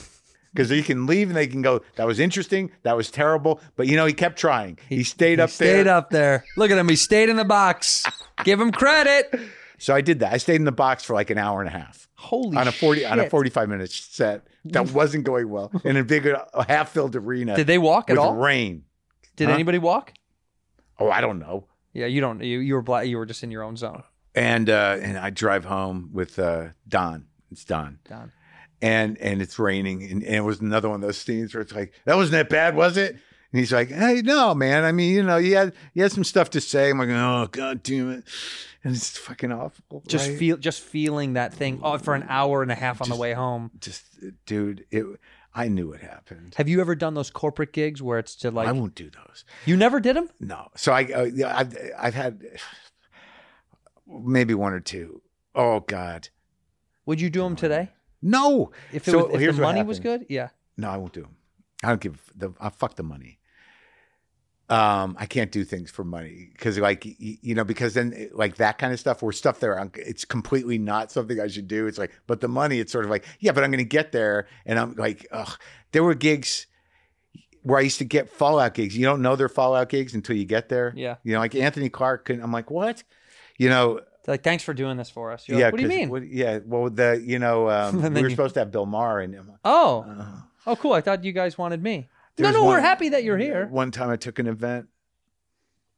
because they can leave and they can go. That was interesting. That was terrible. But you know, he kept trying. He, stayed
He
up
stayed
there.
up there. Look at him. He stayed in the box. Give him credit.
So I did that. I stayed in the box for like an hour and a half
Holy
on a forty on a
shit.
forty five minute set that wasn't going well in a big half filled arena.
Did they walk at
with
all?
rain?
Did
huh?
anybody walk?
Oh, I don't know.
Yeah, you don't. You, you were black. You were just in your own zone.
And uh, and I drive home with uh, Don. It's Don.
Don.
and and it's raining and, and it was another one of those scenes where it's like that wasn't that bad was it and he's like hey no man i mean you know you had you had some stuff to say i'm like oh god damn it and it's fucking awful
Just
right?
feel. Just feeling that thing oh, for an hour and a half on the
Just-
way home.
just dude it i knew it happened
Have you ever done those corporate gigs where it's to like
i won't do those
you never did them?
no so i uh, yeah, I've, I've had maybe one or two. Oh god
Would you do them today?
no
If it
So
was, if
here's
the
what
money was
happened.
good, yeah.
No, I won't do them. I don't give a f- the. I fuck the money. Um, I can't do things for money because, like, y- y- you know, because then, it- like, that kind of stuff, where stuff there, I'm, it's completely not something I should do. It's like, but the money, it's sort of like, yeah, but I'm going to get there, and I'm like, ugh. There were gigs where I used to get fallout gigs. You don't know they're fallout gigs until you get there.
Yeah.
You know, like Anthony Clark, and I'm like, what? You know,
It's like thanks for doing this for us. You're
yeah.
like, what do you
'cause
mean?
yeah. Well, the you know, um,
And
we
then
were
you-
supposed to have Bill Maher, and I'm like,
oh,
ugh.
oh, cool. I thought you guys wanted me.
Uh-huh. There's
no, no, we're
one-
happy that you're here.
One time I took an event.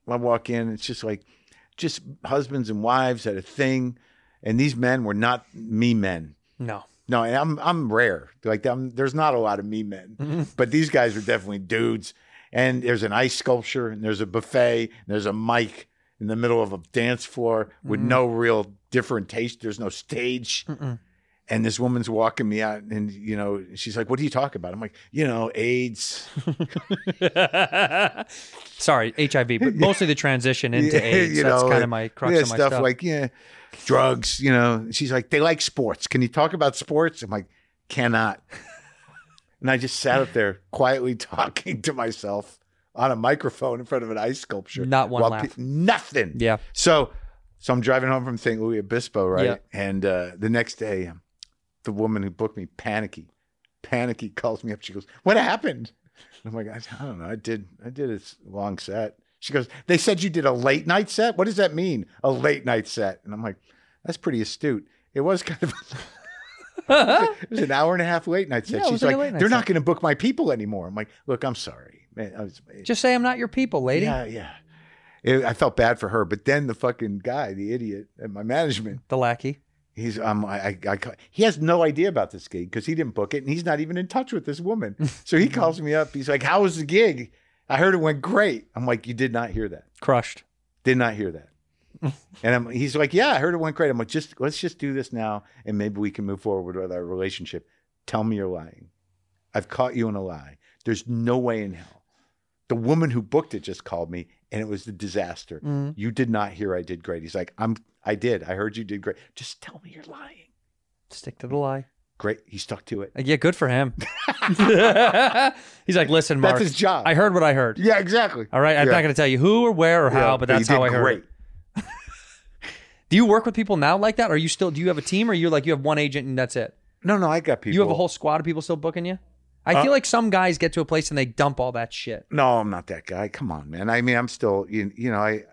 I walk in, it's just like just husbands and wives at a thing. And these men were not me men.
No,
No, and I'm I'm rare. Like i there's not a lot of me men,
Mm-hmm.
but these guys are definitely dudes. And there's an ice sculpture, and there's a buffet, and there's a mic in the middle of a dance floor with
Mm-hmm.
no real different taste. There's no stage. And this woman's walking me out, and you know she's like, "What do you talk about?" I'm like, "You know, AIDS."
sorry, HIV, but mostly the transition into
Yeah,
AIDS. That's kind of
and-
my crux
yeah,
of my
stuff,
stuff.
like yeah, drugs. You know, she's like, they like sports. Can you talk about sports? I'm like, cannot. and I just sat up there quietly talking to myself on a microphone in front of an ice sculpture.
Not one
while
laugh.
nothing.
yeah,
So, so I'm driving home from St. Louis Obispo, right?
Yeah.
And uh, the next day, um, the woman who booked me, panicky, panicky, calls me up. She goes, "What happened?" And I'm like, I, "I don't know. I did, I did a s- long set." She goes, "They said you did a late night set. What does that mean? A late night set?" And I'm like, "That's pretty astute. It was kind of." it was an hour and a half late night set.
Yeah, it was
She's
like
like,
a late night
"They're
set."
not going to book my people anymore." I'm like, "Look, I'm sorry, man. I was, eh,
just say I'm not your people, lady.
yeah, yeah. It, I felt bad for her, but then the fucking guy, the idiot, and my management,
The lackey.
he's um, I, I, I ca- he has no idea about this gig because he didn't book it, and he's not even in touch with this woman. so he calls me up. He's like, "How was the gig? I heard it went great." I'm like, "You did not hear that.
crushed.
Did not hear that." and I'm, he's like, "Yeah, I heard it went great." I'm like, "Just let's just do this now, and maybe we can move forward with our relationship." Tell me you're lying. I've caught you in a lie. There's no way in hell. The woman who booked it just called me and it was the disaster. You did not hear I did great. He's like, I'm I did. I heard you did great. Just tell me you're lying.
Stick to the lie.
Great. He stuck to it.
Yeah, good for him. He's like, listen, Mark.
That's his job."
I heard what I heard.
Yeah, exactly.
All right. I'm
Yeah.
not going to tell you who or where or
Yeah,
how, but
he
that's how I
did
heard
Great.
it. Do you work with people now like that? Are you still, do you have a team or you're like, you have one agent and that's it?
No, no, I got people.
You have a whole squad of people still booking you? I
Uh,
feel like some guys get to a place and they dump all that shit.
No, I'm not that guy. Come on, man. I mean, I'm still you, you know, I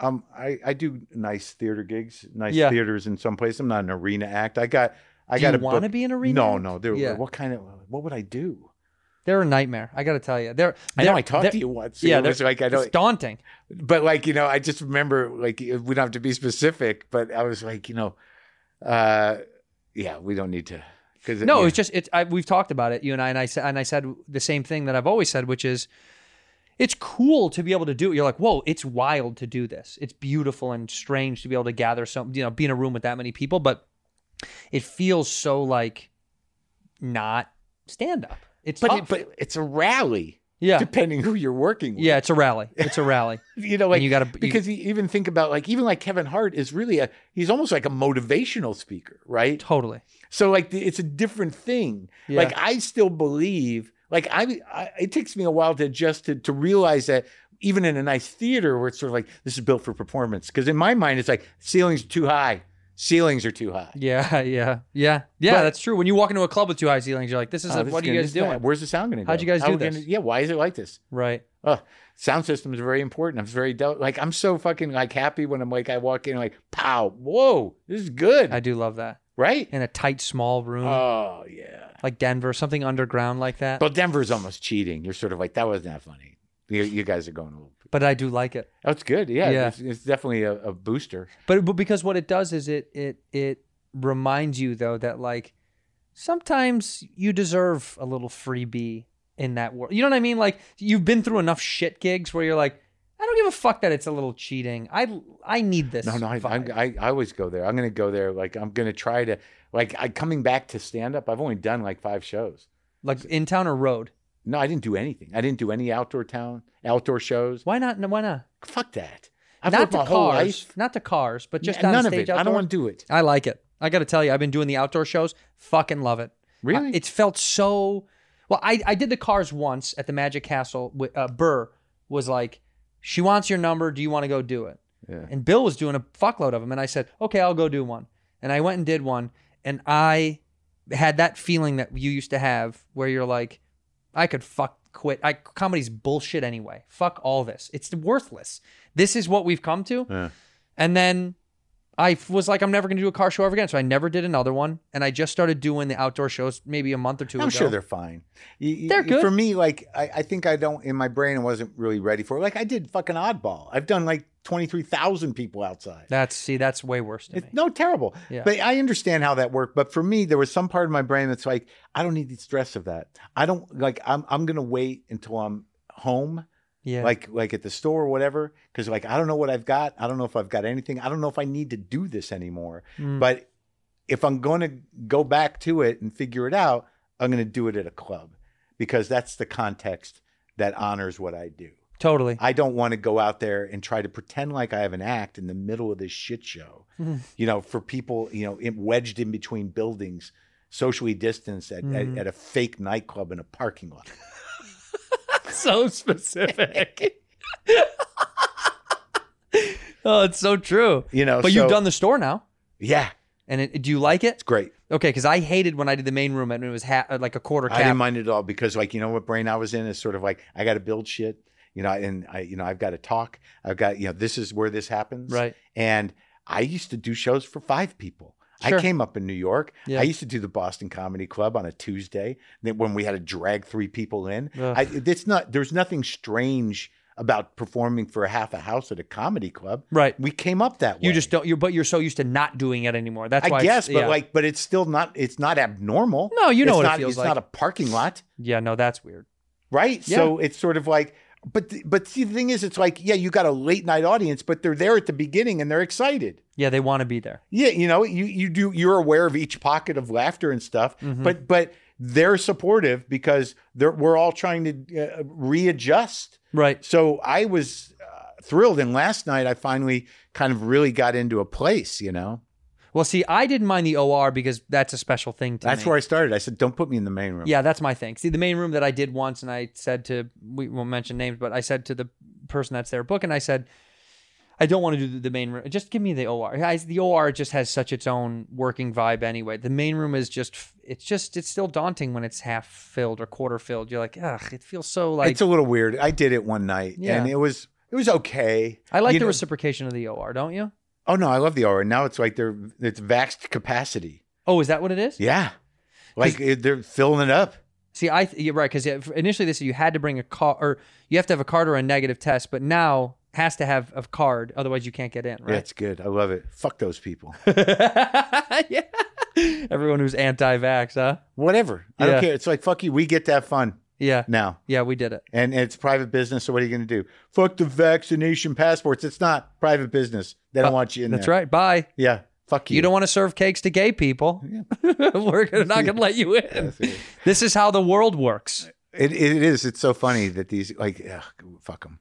um I I do nice theater gigs, nice
Yeah.
theaters in some place. I'm not an arena act. I got I
Do
got
you
a
wanna
book-
be an arena
No,
act?
no. There,
Yeah.
What kind of what would I do?
They're a nightmare. I got to tell you. They're,
I know
they're-
I talked
they're-
to you once.
Yeah.
It was
they're-
like I
it's
don't
daunting.
but like you know i just remember like we don't have to be specific but i was like you know uh yeah we don't need to because
No, it's just it's. I, we've talked about it, you and I, and I said, and I said the same thing that I've always said, which is, it's cool to be able to do. it. You're like, whoa, it's wild to do this. It's beautiful and strange to be able to gather some, you know, be in a room with that many people, but it feels so like not stand up. It's
but,
tough.
it, but it's a rally
yeah,
depending who you're working with
yeah, it's a rally. It's a rally.
you know like
you gotta- you-
because you even think about like even like kevin hart is really a he's almost like a motivational speaker right
totally.
so like the, it's a different thing
Yeah.
like i still believe like I, I it takes me a while to adjust to, to realize that even in a nice theater where it's sort of like this is built for performance because in my mind it's like ceilings are too high ceilings are too high
Yeah, yeah, yeah, yeah.
But-
that's true. When you walk into a club with two high ceilings, you're like, this is
Oh,
a,
this
what are
is gonna-
you
this
guys
is gonna-
doing?
where's the sound going to
How'd you guys do
we gonna-
this?
yeah, why is it like this?
Right.
Oh, sound system is very important. I'm very del- like I'm so fucking like happy when I'm like I walk in like pow, whoa, this is good,
I do love that
right?
in a tight, small room.
Oh yeah.
like Denver, something underground like that. But,
But Denver's almost cheating. You're sort of like that wasn't that funny. You, you guys are going a little.
I do like it.
That's good. Yeah,
Yeah.
It's, it's definitely a, a booster.
But, but because what it does is it it it reminds you though that like sometimes you deserve a little freebie in that world. You know what I mean? Like you've been through enough shit gigs where you're like, I don't give a fuck that it's a little cheating. I I need this.
No, no, I,
vibe.
I, I, I always go there. I'm going to go there. Like I'm going to try to like I coming back to stand up. I've only done like five shows.
like in town or road.
No, I didn't do anything. I didn't do any outdoor town outdoor shows.
Why not? No, why not?
Fuck that. I've
not
lived
to
my
cars,
whole life.
not to cars, but just
Yeah,
on
none of
stage
it. I don't
outdoor.
want to do it.
I like it. I got to tell you, I've been doing the outdoor shows. Fucking love it.
Really?
Uh, it's felt so. Well, I, I did the cars once at the Magic Castle. With, uh, Burr was like, "She wants your number. Do you want to go do it?"
Yeah.
And Bill was doing a fuckload of them, and I said, "Okay, I'll go do one." And I went and did one, and I had that feeling that you used to have, where you're like, "I could fuck quit. I comedy's bullshit anyway. Fuck all this. It's worthless. This is what we've come to." And then I f- was like, I'm never going to do a car show ever again. So I never did another one. And I just started doing the outdoor shows maybe a month or 2
I'm
ago.
sure they're fine. You- you-
They're good.
For me, like I, I think I don't in my brain I wasn't really ready for it. Like I did fucking oddball. I've done like twenty three thousand people outside.
That's, see, that's way worse to me.
It's no terrible.
Yeah.
But I understand how that worked. But for me, there was some part of my brain that's like, I don't need the stress of that. I don't like I'm I'm gonna wait until I'm home
yeah.
like like at the store or whatever because like i don't know what i've got i don't know if i've got anything i don't know if i need to do this anymore
Mm.
but if i'm going to go back to it and figure it out i'm going to do it at a club because that's the context that honors what i do
totally.
i don't want to go out there and try to pretend like i have an act in the middle of this shit show
Mm-hmm.
you know for people you know in, wedged in between buildings socially distanced at,
Mm-hmm.
at, at a fake nightclub in a parking lot
so specific. oh, it's so true.
You know,
but
so-
you've done the store now.
yeah
And it, do you like it?
it's great
Okay. Cause I hated when I did the main room and it was ha- like a quarter
I
cap.
didn't mind it at all because, like, you know what brain I was in is sort of like I got to build shit, you know, and I, you know, I've got to talk. I've got, you know, this is where this happens,
Right.
And I used to do shows for five people.
Sure.
I came up in New York.
Yeah.
I used to do the Boston Comedy Club on a Tuesday then when we had to drag three people in.
Ugh.
I, it's not there's nothing strange about performing for a half a house at a comedy club.
Right.
We came up that way.
you just don't, you're, but you're so used to not doing it anymore. That's why
I
it's-
guess, but
yeah.
like, but it's still not. It's not abnormal.
No, you know
it's
what it
not,
feels
it's
like.
not a parking lot
yeah, no, that's weird.
right? So it's sort of like, but th- but see, the thing is, it's like, yeah, you got a late night audience, but they're there at the beginning and they're excited.
Yeah. They want to be there.
Yeah, you know, you you do you're aware of each pocket of laughter and stuff,
Mm-hmm.
but but they're supportive because they're we're all trying to uh, readjust.
Right.
So I was uh, thrilled, and last night I finally kind of really got into a place, you know.
Well, see, I didn't mind the OR because that's a special thing to
That's
me.
where I started. I said, don't put me in the main room.
Yeah, that's my thing. See, the main room that I did once, and I said to we won't mention names, but I said to the person that's their book, and I said, I don't want to do the- the main room. Just give me the OR. Guys, the OR just has such its own working vibe anyway. The main room is just it's just it's still daunting when it's half filled or quarter filled. You're like, ugh, it feels so like
it's a little weird. I did it one night,
Yeah.
and it was it was okay.
I like
You
the
know-
reciprocation of the OR, don't you?
Oh no, I love the aura. Now it's like they're it's vaxxed capacity.
Oh, is that what it is?
Yeah, like it, they're filling it up.
See, I th- you're right because initially they said you had to bring a card or you have to have a card or a negative test, but now has to have a card, otherwise you can't get in.
Yeah,
Right?
it's good. I love it. Fuck those people.
yeah. Everyone who's anti-vax, huh?
Whatever. I don't
Yeah.
care. It's like fuck you. We get that fun
Yeah.
now,
Yeah, we did it.
and it's private business. So what are you going to do? Fuck the vaccination passports. It's not private business. They don't want you in
Uh, That's
there.
right. Bye.
Yeah. Fuck you.
You don't want to serve cakes to gay people. We're gonna- not going to let you in. This is how the world works.
It, it is. It's so funny that these like ugh, fuck them,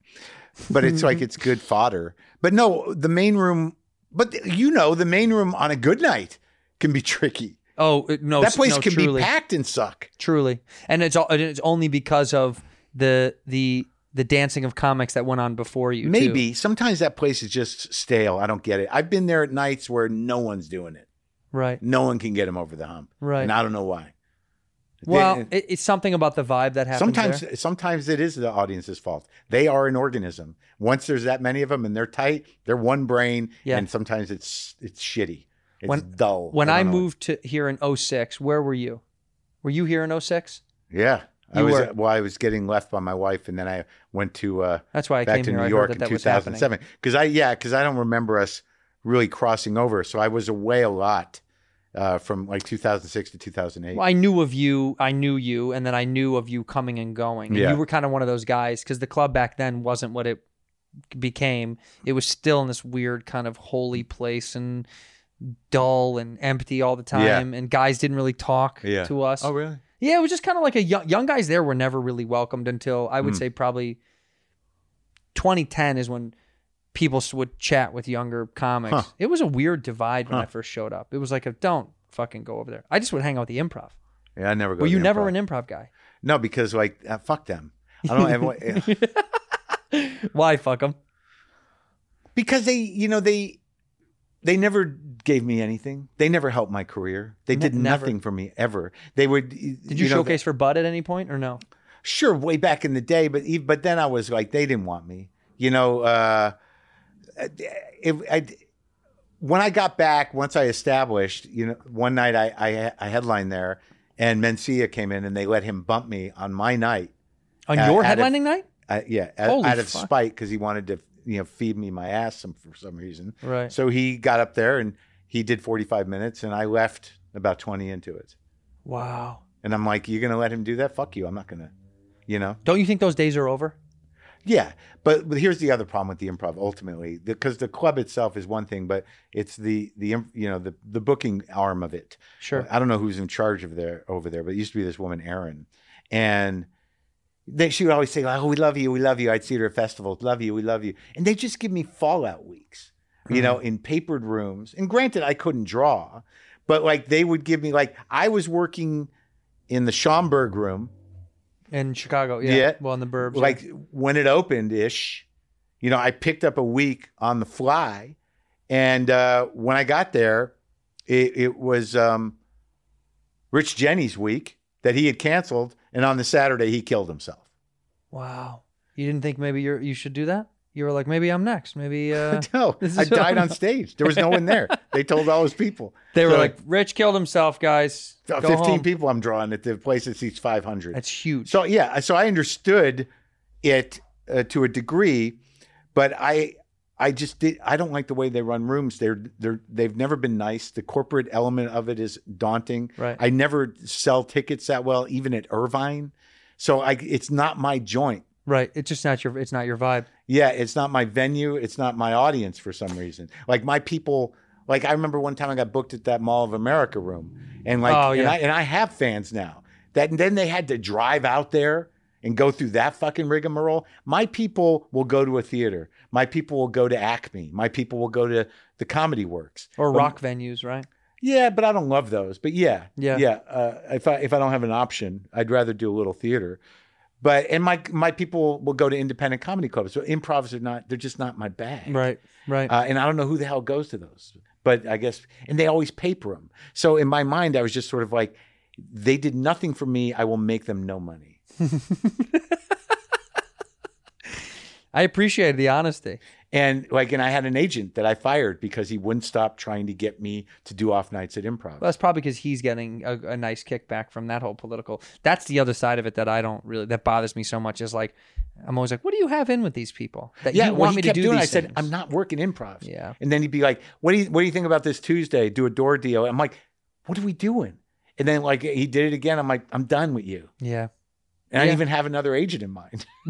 but it's like it's good fodder. But no, the main room. But you know, the main room on a good night can be tricky.
Oh it- no,
That place
no,
can
truly,
be packed and suck.
truly, and it's all, and it's only because of the the the dancing of comics that went on before you. too.
Maybe sometimes that place is just stale. I don't get it. I've been there at nights where no one's doing it.
right.
No one can get them over the hump.
Right.
And I don't know why.
Well,
They-
it, it's something about the vibe that happens.
uh, sometimes
there.
sometimes it is the audience's fault. They are an organism. Once there's that many of them and they're tight, they're one brain.
Yeah.
And sometimes it's it's shitty. It's
When-
dull.
when
don't
I
know.
moved to here in 06, where were you? Were you here in 06?
yeah, I
You
was
were-
well. I was getting left by my wife, and then I went to uh,
That's why I
back
came
to
here.
New
I
York
heard that
in
that was happening.
2007 because I yeah because I don't remember us really crossing over. So I was away a lot uh, from like 2006 to 2008.
Well, I knew of you. I knew you, and then I knew of you coming and going. And
Yeah.
You were kind of one of those guys because the club back then wasn't what it became. It was still in this weird kind of holy place and dull and empty all the time. And guys didn't really talk
Yeah.
to us.
really?
Yeah, it was just kind of like a young, young guys there were never really welcomed until I
Mm.
would say probably 2010 is when people s- would chat with younger comics.
Huh.
It was a weird divide when I
Huh.
first showed up. It was like a don't fucking go over there. I just would hang out with the improv.
Yeah, I never go.
Were
to
you
the
never
improv.
an improv guy?
No, because like uh, fuck them. I don't have
Why fuck them?
because they you know they they never gave me anything. They never helped my career. They did
never.
nothing for me ever. They would.
Did you, showcase for Bud at any point or no?
sure way back in the day but ev- but then i was like they didn't want me you know uh it, I, when i got back once i established you know one night i i, I headlined there and mencia came in and they let him bump me on my night
On
Uh,
your
out of-
headlining night?
uh, yeah out,
Holy
out of
fuck.
spite because he wanted to you know feed me my ass some, for some reason
Right.
so he got up there and he did 45 minutes and i left about 20 into it
Wow.
and i'm like you're gonna let him do that fuck you i'm not gonna you know
Don't you think those days are over?
Yeah, but, but here's the other problem with the improv ultimately, because the, club itself is one thing, but it's the the im- you know the the booking arm of it.
Sure.
I don't know who's in charge of there over there, but it used to be this woman Erin, and they, she would always say, "Oh, we love you, we love you." I'd see her at festivals, "Love you, we love you," and they just give me fallout weeks, you know, in papered rooms. And granted, I couldn't draw, but like they would give me like I was working in the Schomburg room
In Chicago, yeah.
Yeah.
Well, in the burbs. yeah.
like when it opened ish you know i picked up a week on the fly and uh, when i got there it, it was um, rich jenny's week that he had canceled and on the saturday he killed himself
Wow. You didn't think maybe you're, you should do that? You were like, maybe I'm next. Maybe uh,
no
This
i
is-
died on stage there was no one there they told all his people
they were
So,
like, Rich killed himself, guys. Go
15
home."
Uh, people i'm drawing at the place that seats 500
That's huge.
So yeah, so I understood it uh, to a degree, but I I just did I don't like the way they run rooms. They're they're they've never been nice. The corporate element of it is daunting.
Right.
I never sell tickets that well, even at Irvine. So I it's not my joint.
right. It's just not your. It's not your vibe.
Yeah, it's not my venue. It's not my audience for some reason. Like my people. Like I remember one time I got booked at that Mall of America room, and like
Oh,
and
yeah.
I and I have fans now. That and then they had to drive out there and go through that fucking rigmarole, my people will go to a theater. My people will go to Acme. My people will go to the Comedy Works.
or
But-
rock venues, right?
yeah, but I don't love those. But yeah,
Yeah.
yeah. Uh, if I if I don't have an option, I'd rather do a little theater. But and my my people will go to independent comedy clubs. So improvs are not; they're just not my bag.
Right, right.
Uh, and I don't know who the hell goes to those. But I guess and they always paper them. So in my mind, I was just sort of like, they did nothing for me. I will make them no money.
I appreciate the honesty.
And like, and I had an agent that I fired because he wouldn't stop trying to get me to do off nights at improv.
Well, that's probably because he's getting a, a nice kickback from that whole political. That's the other side of it that I don't really that bothers me so much is like I'm always like, what do you have in with these people that
yeah,
you
well,
want
he
me to
kept
do
doing. it.
these
I said,
things?
I'm not working improv.
Yeah.
And then he'd be like, "What do you What do you think about this Tuesday? Do a door deal?" I'm like, "What are we doing?" And then like he did it again. I'm like, "I'm done with you."
Yeah,
And
Yeah.
I even have another agent in mind.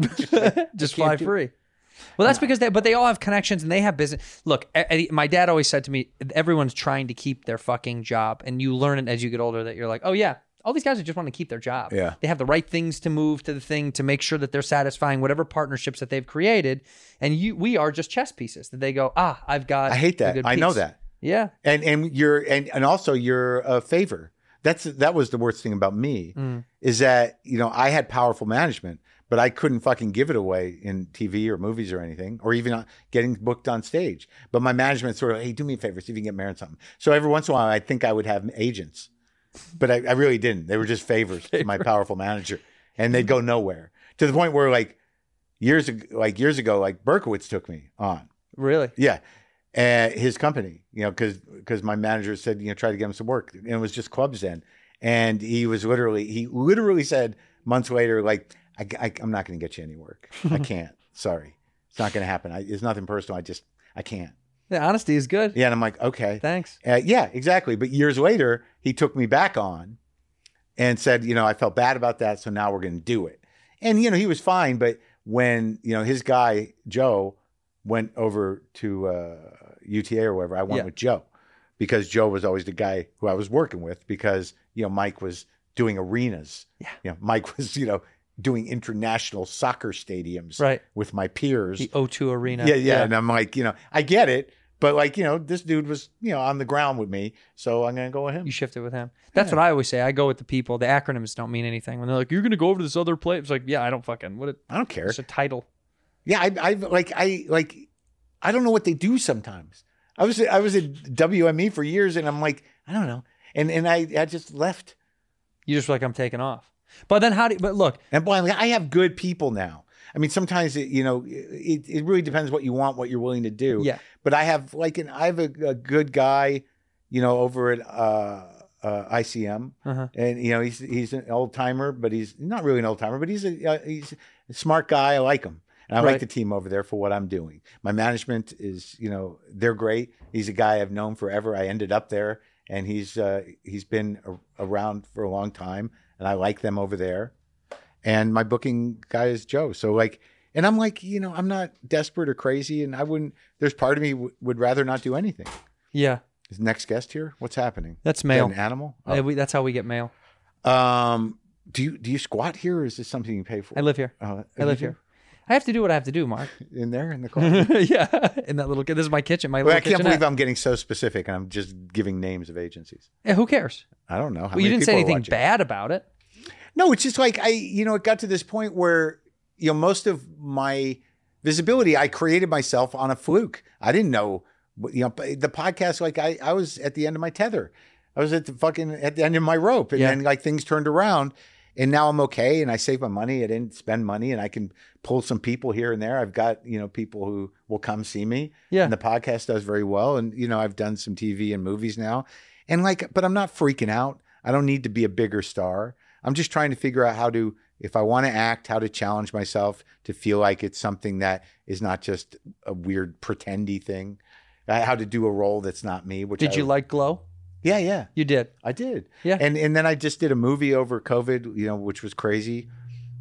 just
can't
fly
do-
free. Well, that's because they, but they all have connections and they have business. Look, E- Eddie, my dad always said to me, everyone's trying to keep their fucking job, and you learn it as you get older that you're like, oh yeah, all these guys are just want to keep their job.
Yeah.
they have the right things to move to the thing to make sure that they're satisfying whatever partnerships that they've created, and you, we are just chess pieces that they go, ah, I've got.
I hate
a
that.
good
I know
piece."
that.
Yeah,
And and you're and and also you're a favor. That's that was the worst thing about me is that you know I had powerful management, but I couldn't fucking give it away in TV or movies or anything, or even on- getting booked on stage. But my management sort of hey, do me a favor, see if you can get married something. So every once in a while, I think I would have agents, but I, I really didn't. They were just favors to my powerful manager, and they'd go nowhere to the point where like years ago, like years ago, like Berkowitz took me on.
really.
Yeah. Uh, his company, you know, because my manager said, you know, try to get him some work. And it was just clubs then. And he was literally, he literally said months later, like, I, am not going to get you any work. I can't. Sorry. It's not going to happen. I, it's nothing personal. I just, I can't.
The honesty is good.
Yeah. And I'm like, okay.
Thanks.
Uh, yeah, exactly. But years later, he took me back on and said, you know, I felt bad about that. So now we're going to do it. And, you know, he was fine. But when, you know, his guy, Joe, went over to uh, UTA or whatever, I went
Yeah.
with Joe because Joe was always the guy who I was working with because, you know, Mike was doing arenas. Yeah. You know, Mike was, you know, doing international soccer stadiums
Right.
with my peers.
The O2 Arena.
Yeah, yeah, And I'm like, you know, I get it, but like, you know, this dude was, you know, on the ground with me, so I'm gonna go with him.
You shifted with him. That's what I always say. I go with the people. The acronyms don't mean anything. When they're like, "You're going to go over to this other place," it's like, "Yeah, I don't fucking what. It,
I don't care.
it's a title."
Yeah, I, I like, I like, I don't know what they do sometimes. I was, I was at WME for years, and I'm like, I don't know, and and I, I just left.
You just like I'm taking off. But then how do? But look,
And boy, I have good people now. I mean, sometimes it, you know, it, it really depends what you want, what you're willing to do.
Yeah.
But I have like an, I have a, a good guy, you know, over at uh, uh, ICM,
Uh-huh.
and you know, he's he's an old timer, but he's not really an old timer, but he's a uh, he's a smart guy. I like him, and I
Right.
like the team over there for what I'm doing. My management is, you know, they're great. He's a guy I've known forever. I ended up there, and he's uh, he's been a- around for a long time, and I like them over there and my booking guy is Joe. So like, and I'm like, you know, I'm not desperate or crazy, and I wouldn't. There's part of me w- would rather not do anything.
yeah,
Is next guest here? What's happening?
that's
Is that
mail.
an animal?
Uh, we- that's how we get mail.
Um, do you do you squat here, or is this something you pay for?
I live here.
Oh,
I live here. I have to do what I have to do, Mark.
in there in the car.
yeah, in that little. ki- This is my kitchen. My
Well,
little
I can't
kitchenette.
believe I'm getting so specific, and I'm just giving names of agencies.
Yeah, who cares?
I don't know. How
Well, you
many
didn't say
people are
anything
watching.
bad about it.
No, it's just like I, you know, it got to this point where, you know, most of my visibility I created myself on a fluke. I didn't know, you know, the podcast. Like I, I was at the end of my tether. I was at the fucking at the end of my rope, and
Yeah.
then like things turned around, and now I'm okay, and I save my money. I didn't spend money, and I can pull some people here and there. I've got you know people who will come see me.
Yeah.
and the podcast does very well, and you know I've done some TV and movies now, and like, but I'm not freaking out. I don't need to be a bigger star. I'm just trying to figure out how to, if I want to act, how to challenge myself to feel like it's something that is not just a weird pretendy thing. Uh, How to do a role that's not me. Which
Did
I-
you like Glow?
Yeah, yeah.
You did.
I did.
Yeah.
And and then I just did a movie over COVID, you know, which was crazy.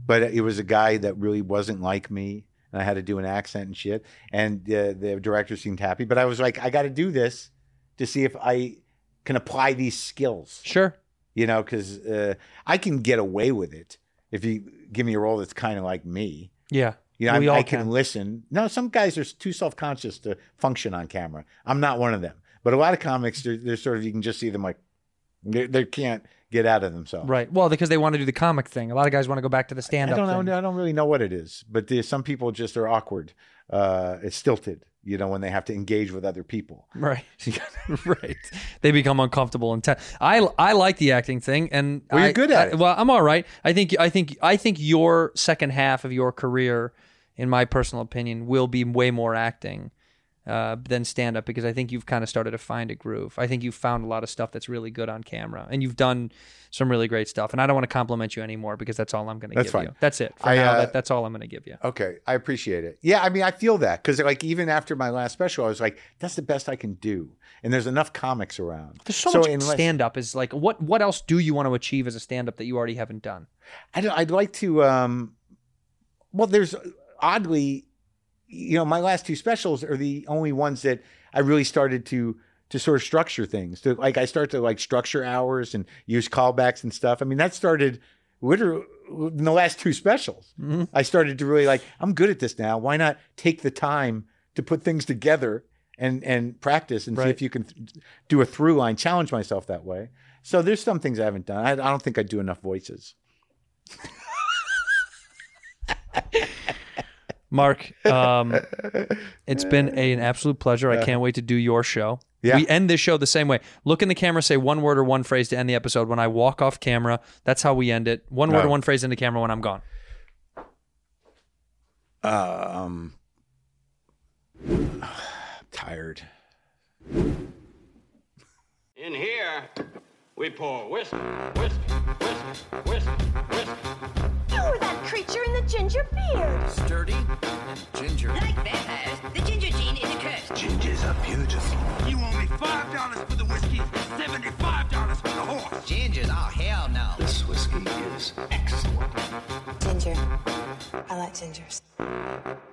But it was a guy that really wasn't like me. And I had to do an accent and shit. And uh, the director seemed happy. But I was like, I got to do this to see if I can apply these skills,
Sure.
you know, because uh, I can get away with it if you give me a role that's kind of like me.
Yeah.
You know,
we
I,
all
I can, listen. No, some guys are too self conscious to function on camera. I'm not one of them. But a lot of comics, they're, they're sort of, you can just see them like, they, they can't get out of themselves.
Right. Well, because they want to do the comic thing. A lot of guys want to go back to the
I
stand up.
don't know. I don't really know what it is, but there's some people just are awkward. Uh, it's stilted, you know, when they have to engage with other people.
Right. right. They become uncomfortable and tense. I I like the acting thing and
Well, you're
I-
good at
I-
it.
Well, I'm all right. I think I think I think your second half of your career in my personal opinion will be way more acting uh, than stand up because I think you've kind of started to find a groove. I think you've found a lot of stuff that's really good on camera and you've done some really great stuff and I don't want to compliment you anymore because that's all I'm going to
That's
give
fine.
you. That's it. For
I,
now
uh,
that, that's all I'm going to give you.
Okay, I appreciate it. Yeah, I mean, I feel that because, like, even after my last special, I was like, "That's the best I can do," and there's enough comics around.
There's so, much
unless-
stand up is like what what else do you want to achieve as a stand up that you already haven't done?
I don't, I'd like to. Um, well, there's oddly, you know, my last two specials are the only ones that I really started to to sort of structure things. To like, I start to like structure hours and use callbacks and stuff. I mean, that started literally in the last two specials. I started to really like. I'm good at this now. Why not take the time to put things together and and practice and see
Right.
if you can th- do a through line. Challenge myself that way. So there's some things I haven't done. I, I don't think I do enough voices.
Mark, um, it's been a- an absolute pleasure. I can't wait to do your show.
Yeah.
We end this show the same way. Look in the camera, say one word or one phrase to end the episode. When I walk off camera, that's how we end it. One word
Oh.
or one phrase in the camera when I'm gone.
Um, tired.
In here, we pour whisk, whisk, whisk, whisk, whisk.
You were that creature in the ginger beard.
Sturdy and ginger.
Like vampires, the ginger gene is a curse.
Gingers are beautiful.
You owe me five dollars for the whiskey and seventy-five dollars for the horse.
Gingers? Oh, hell no.
This whiskey is excellent.
Ginger. I like gingers.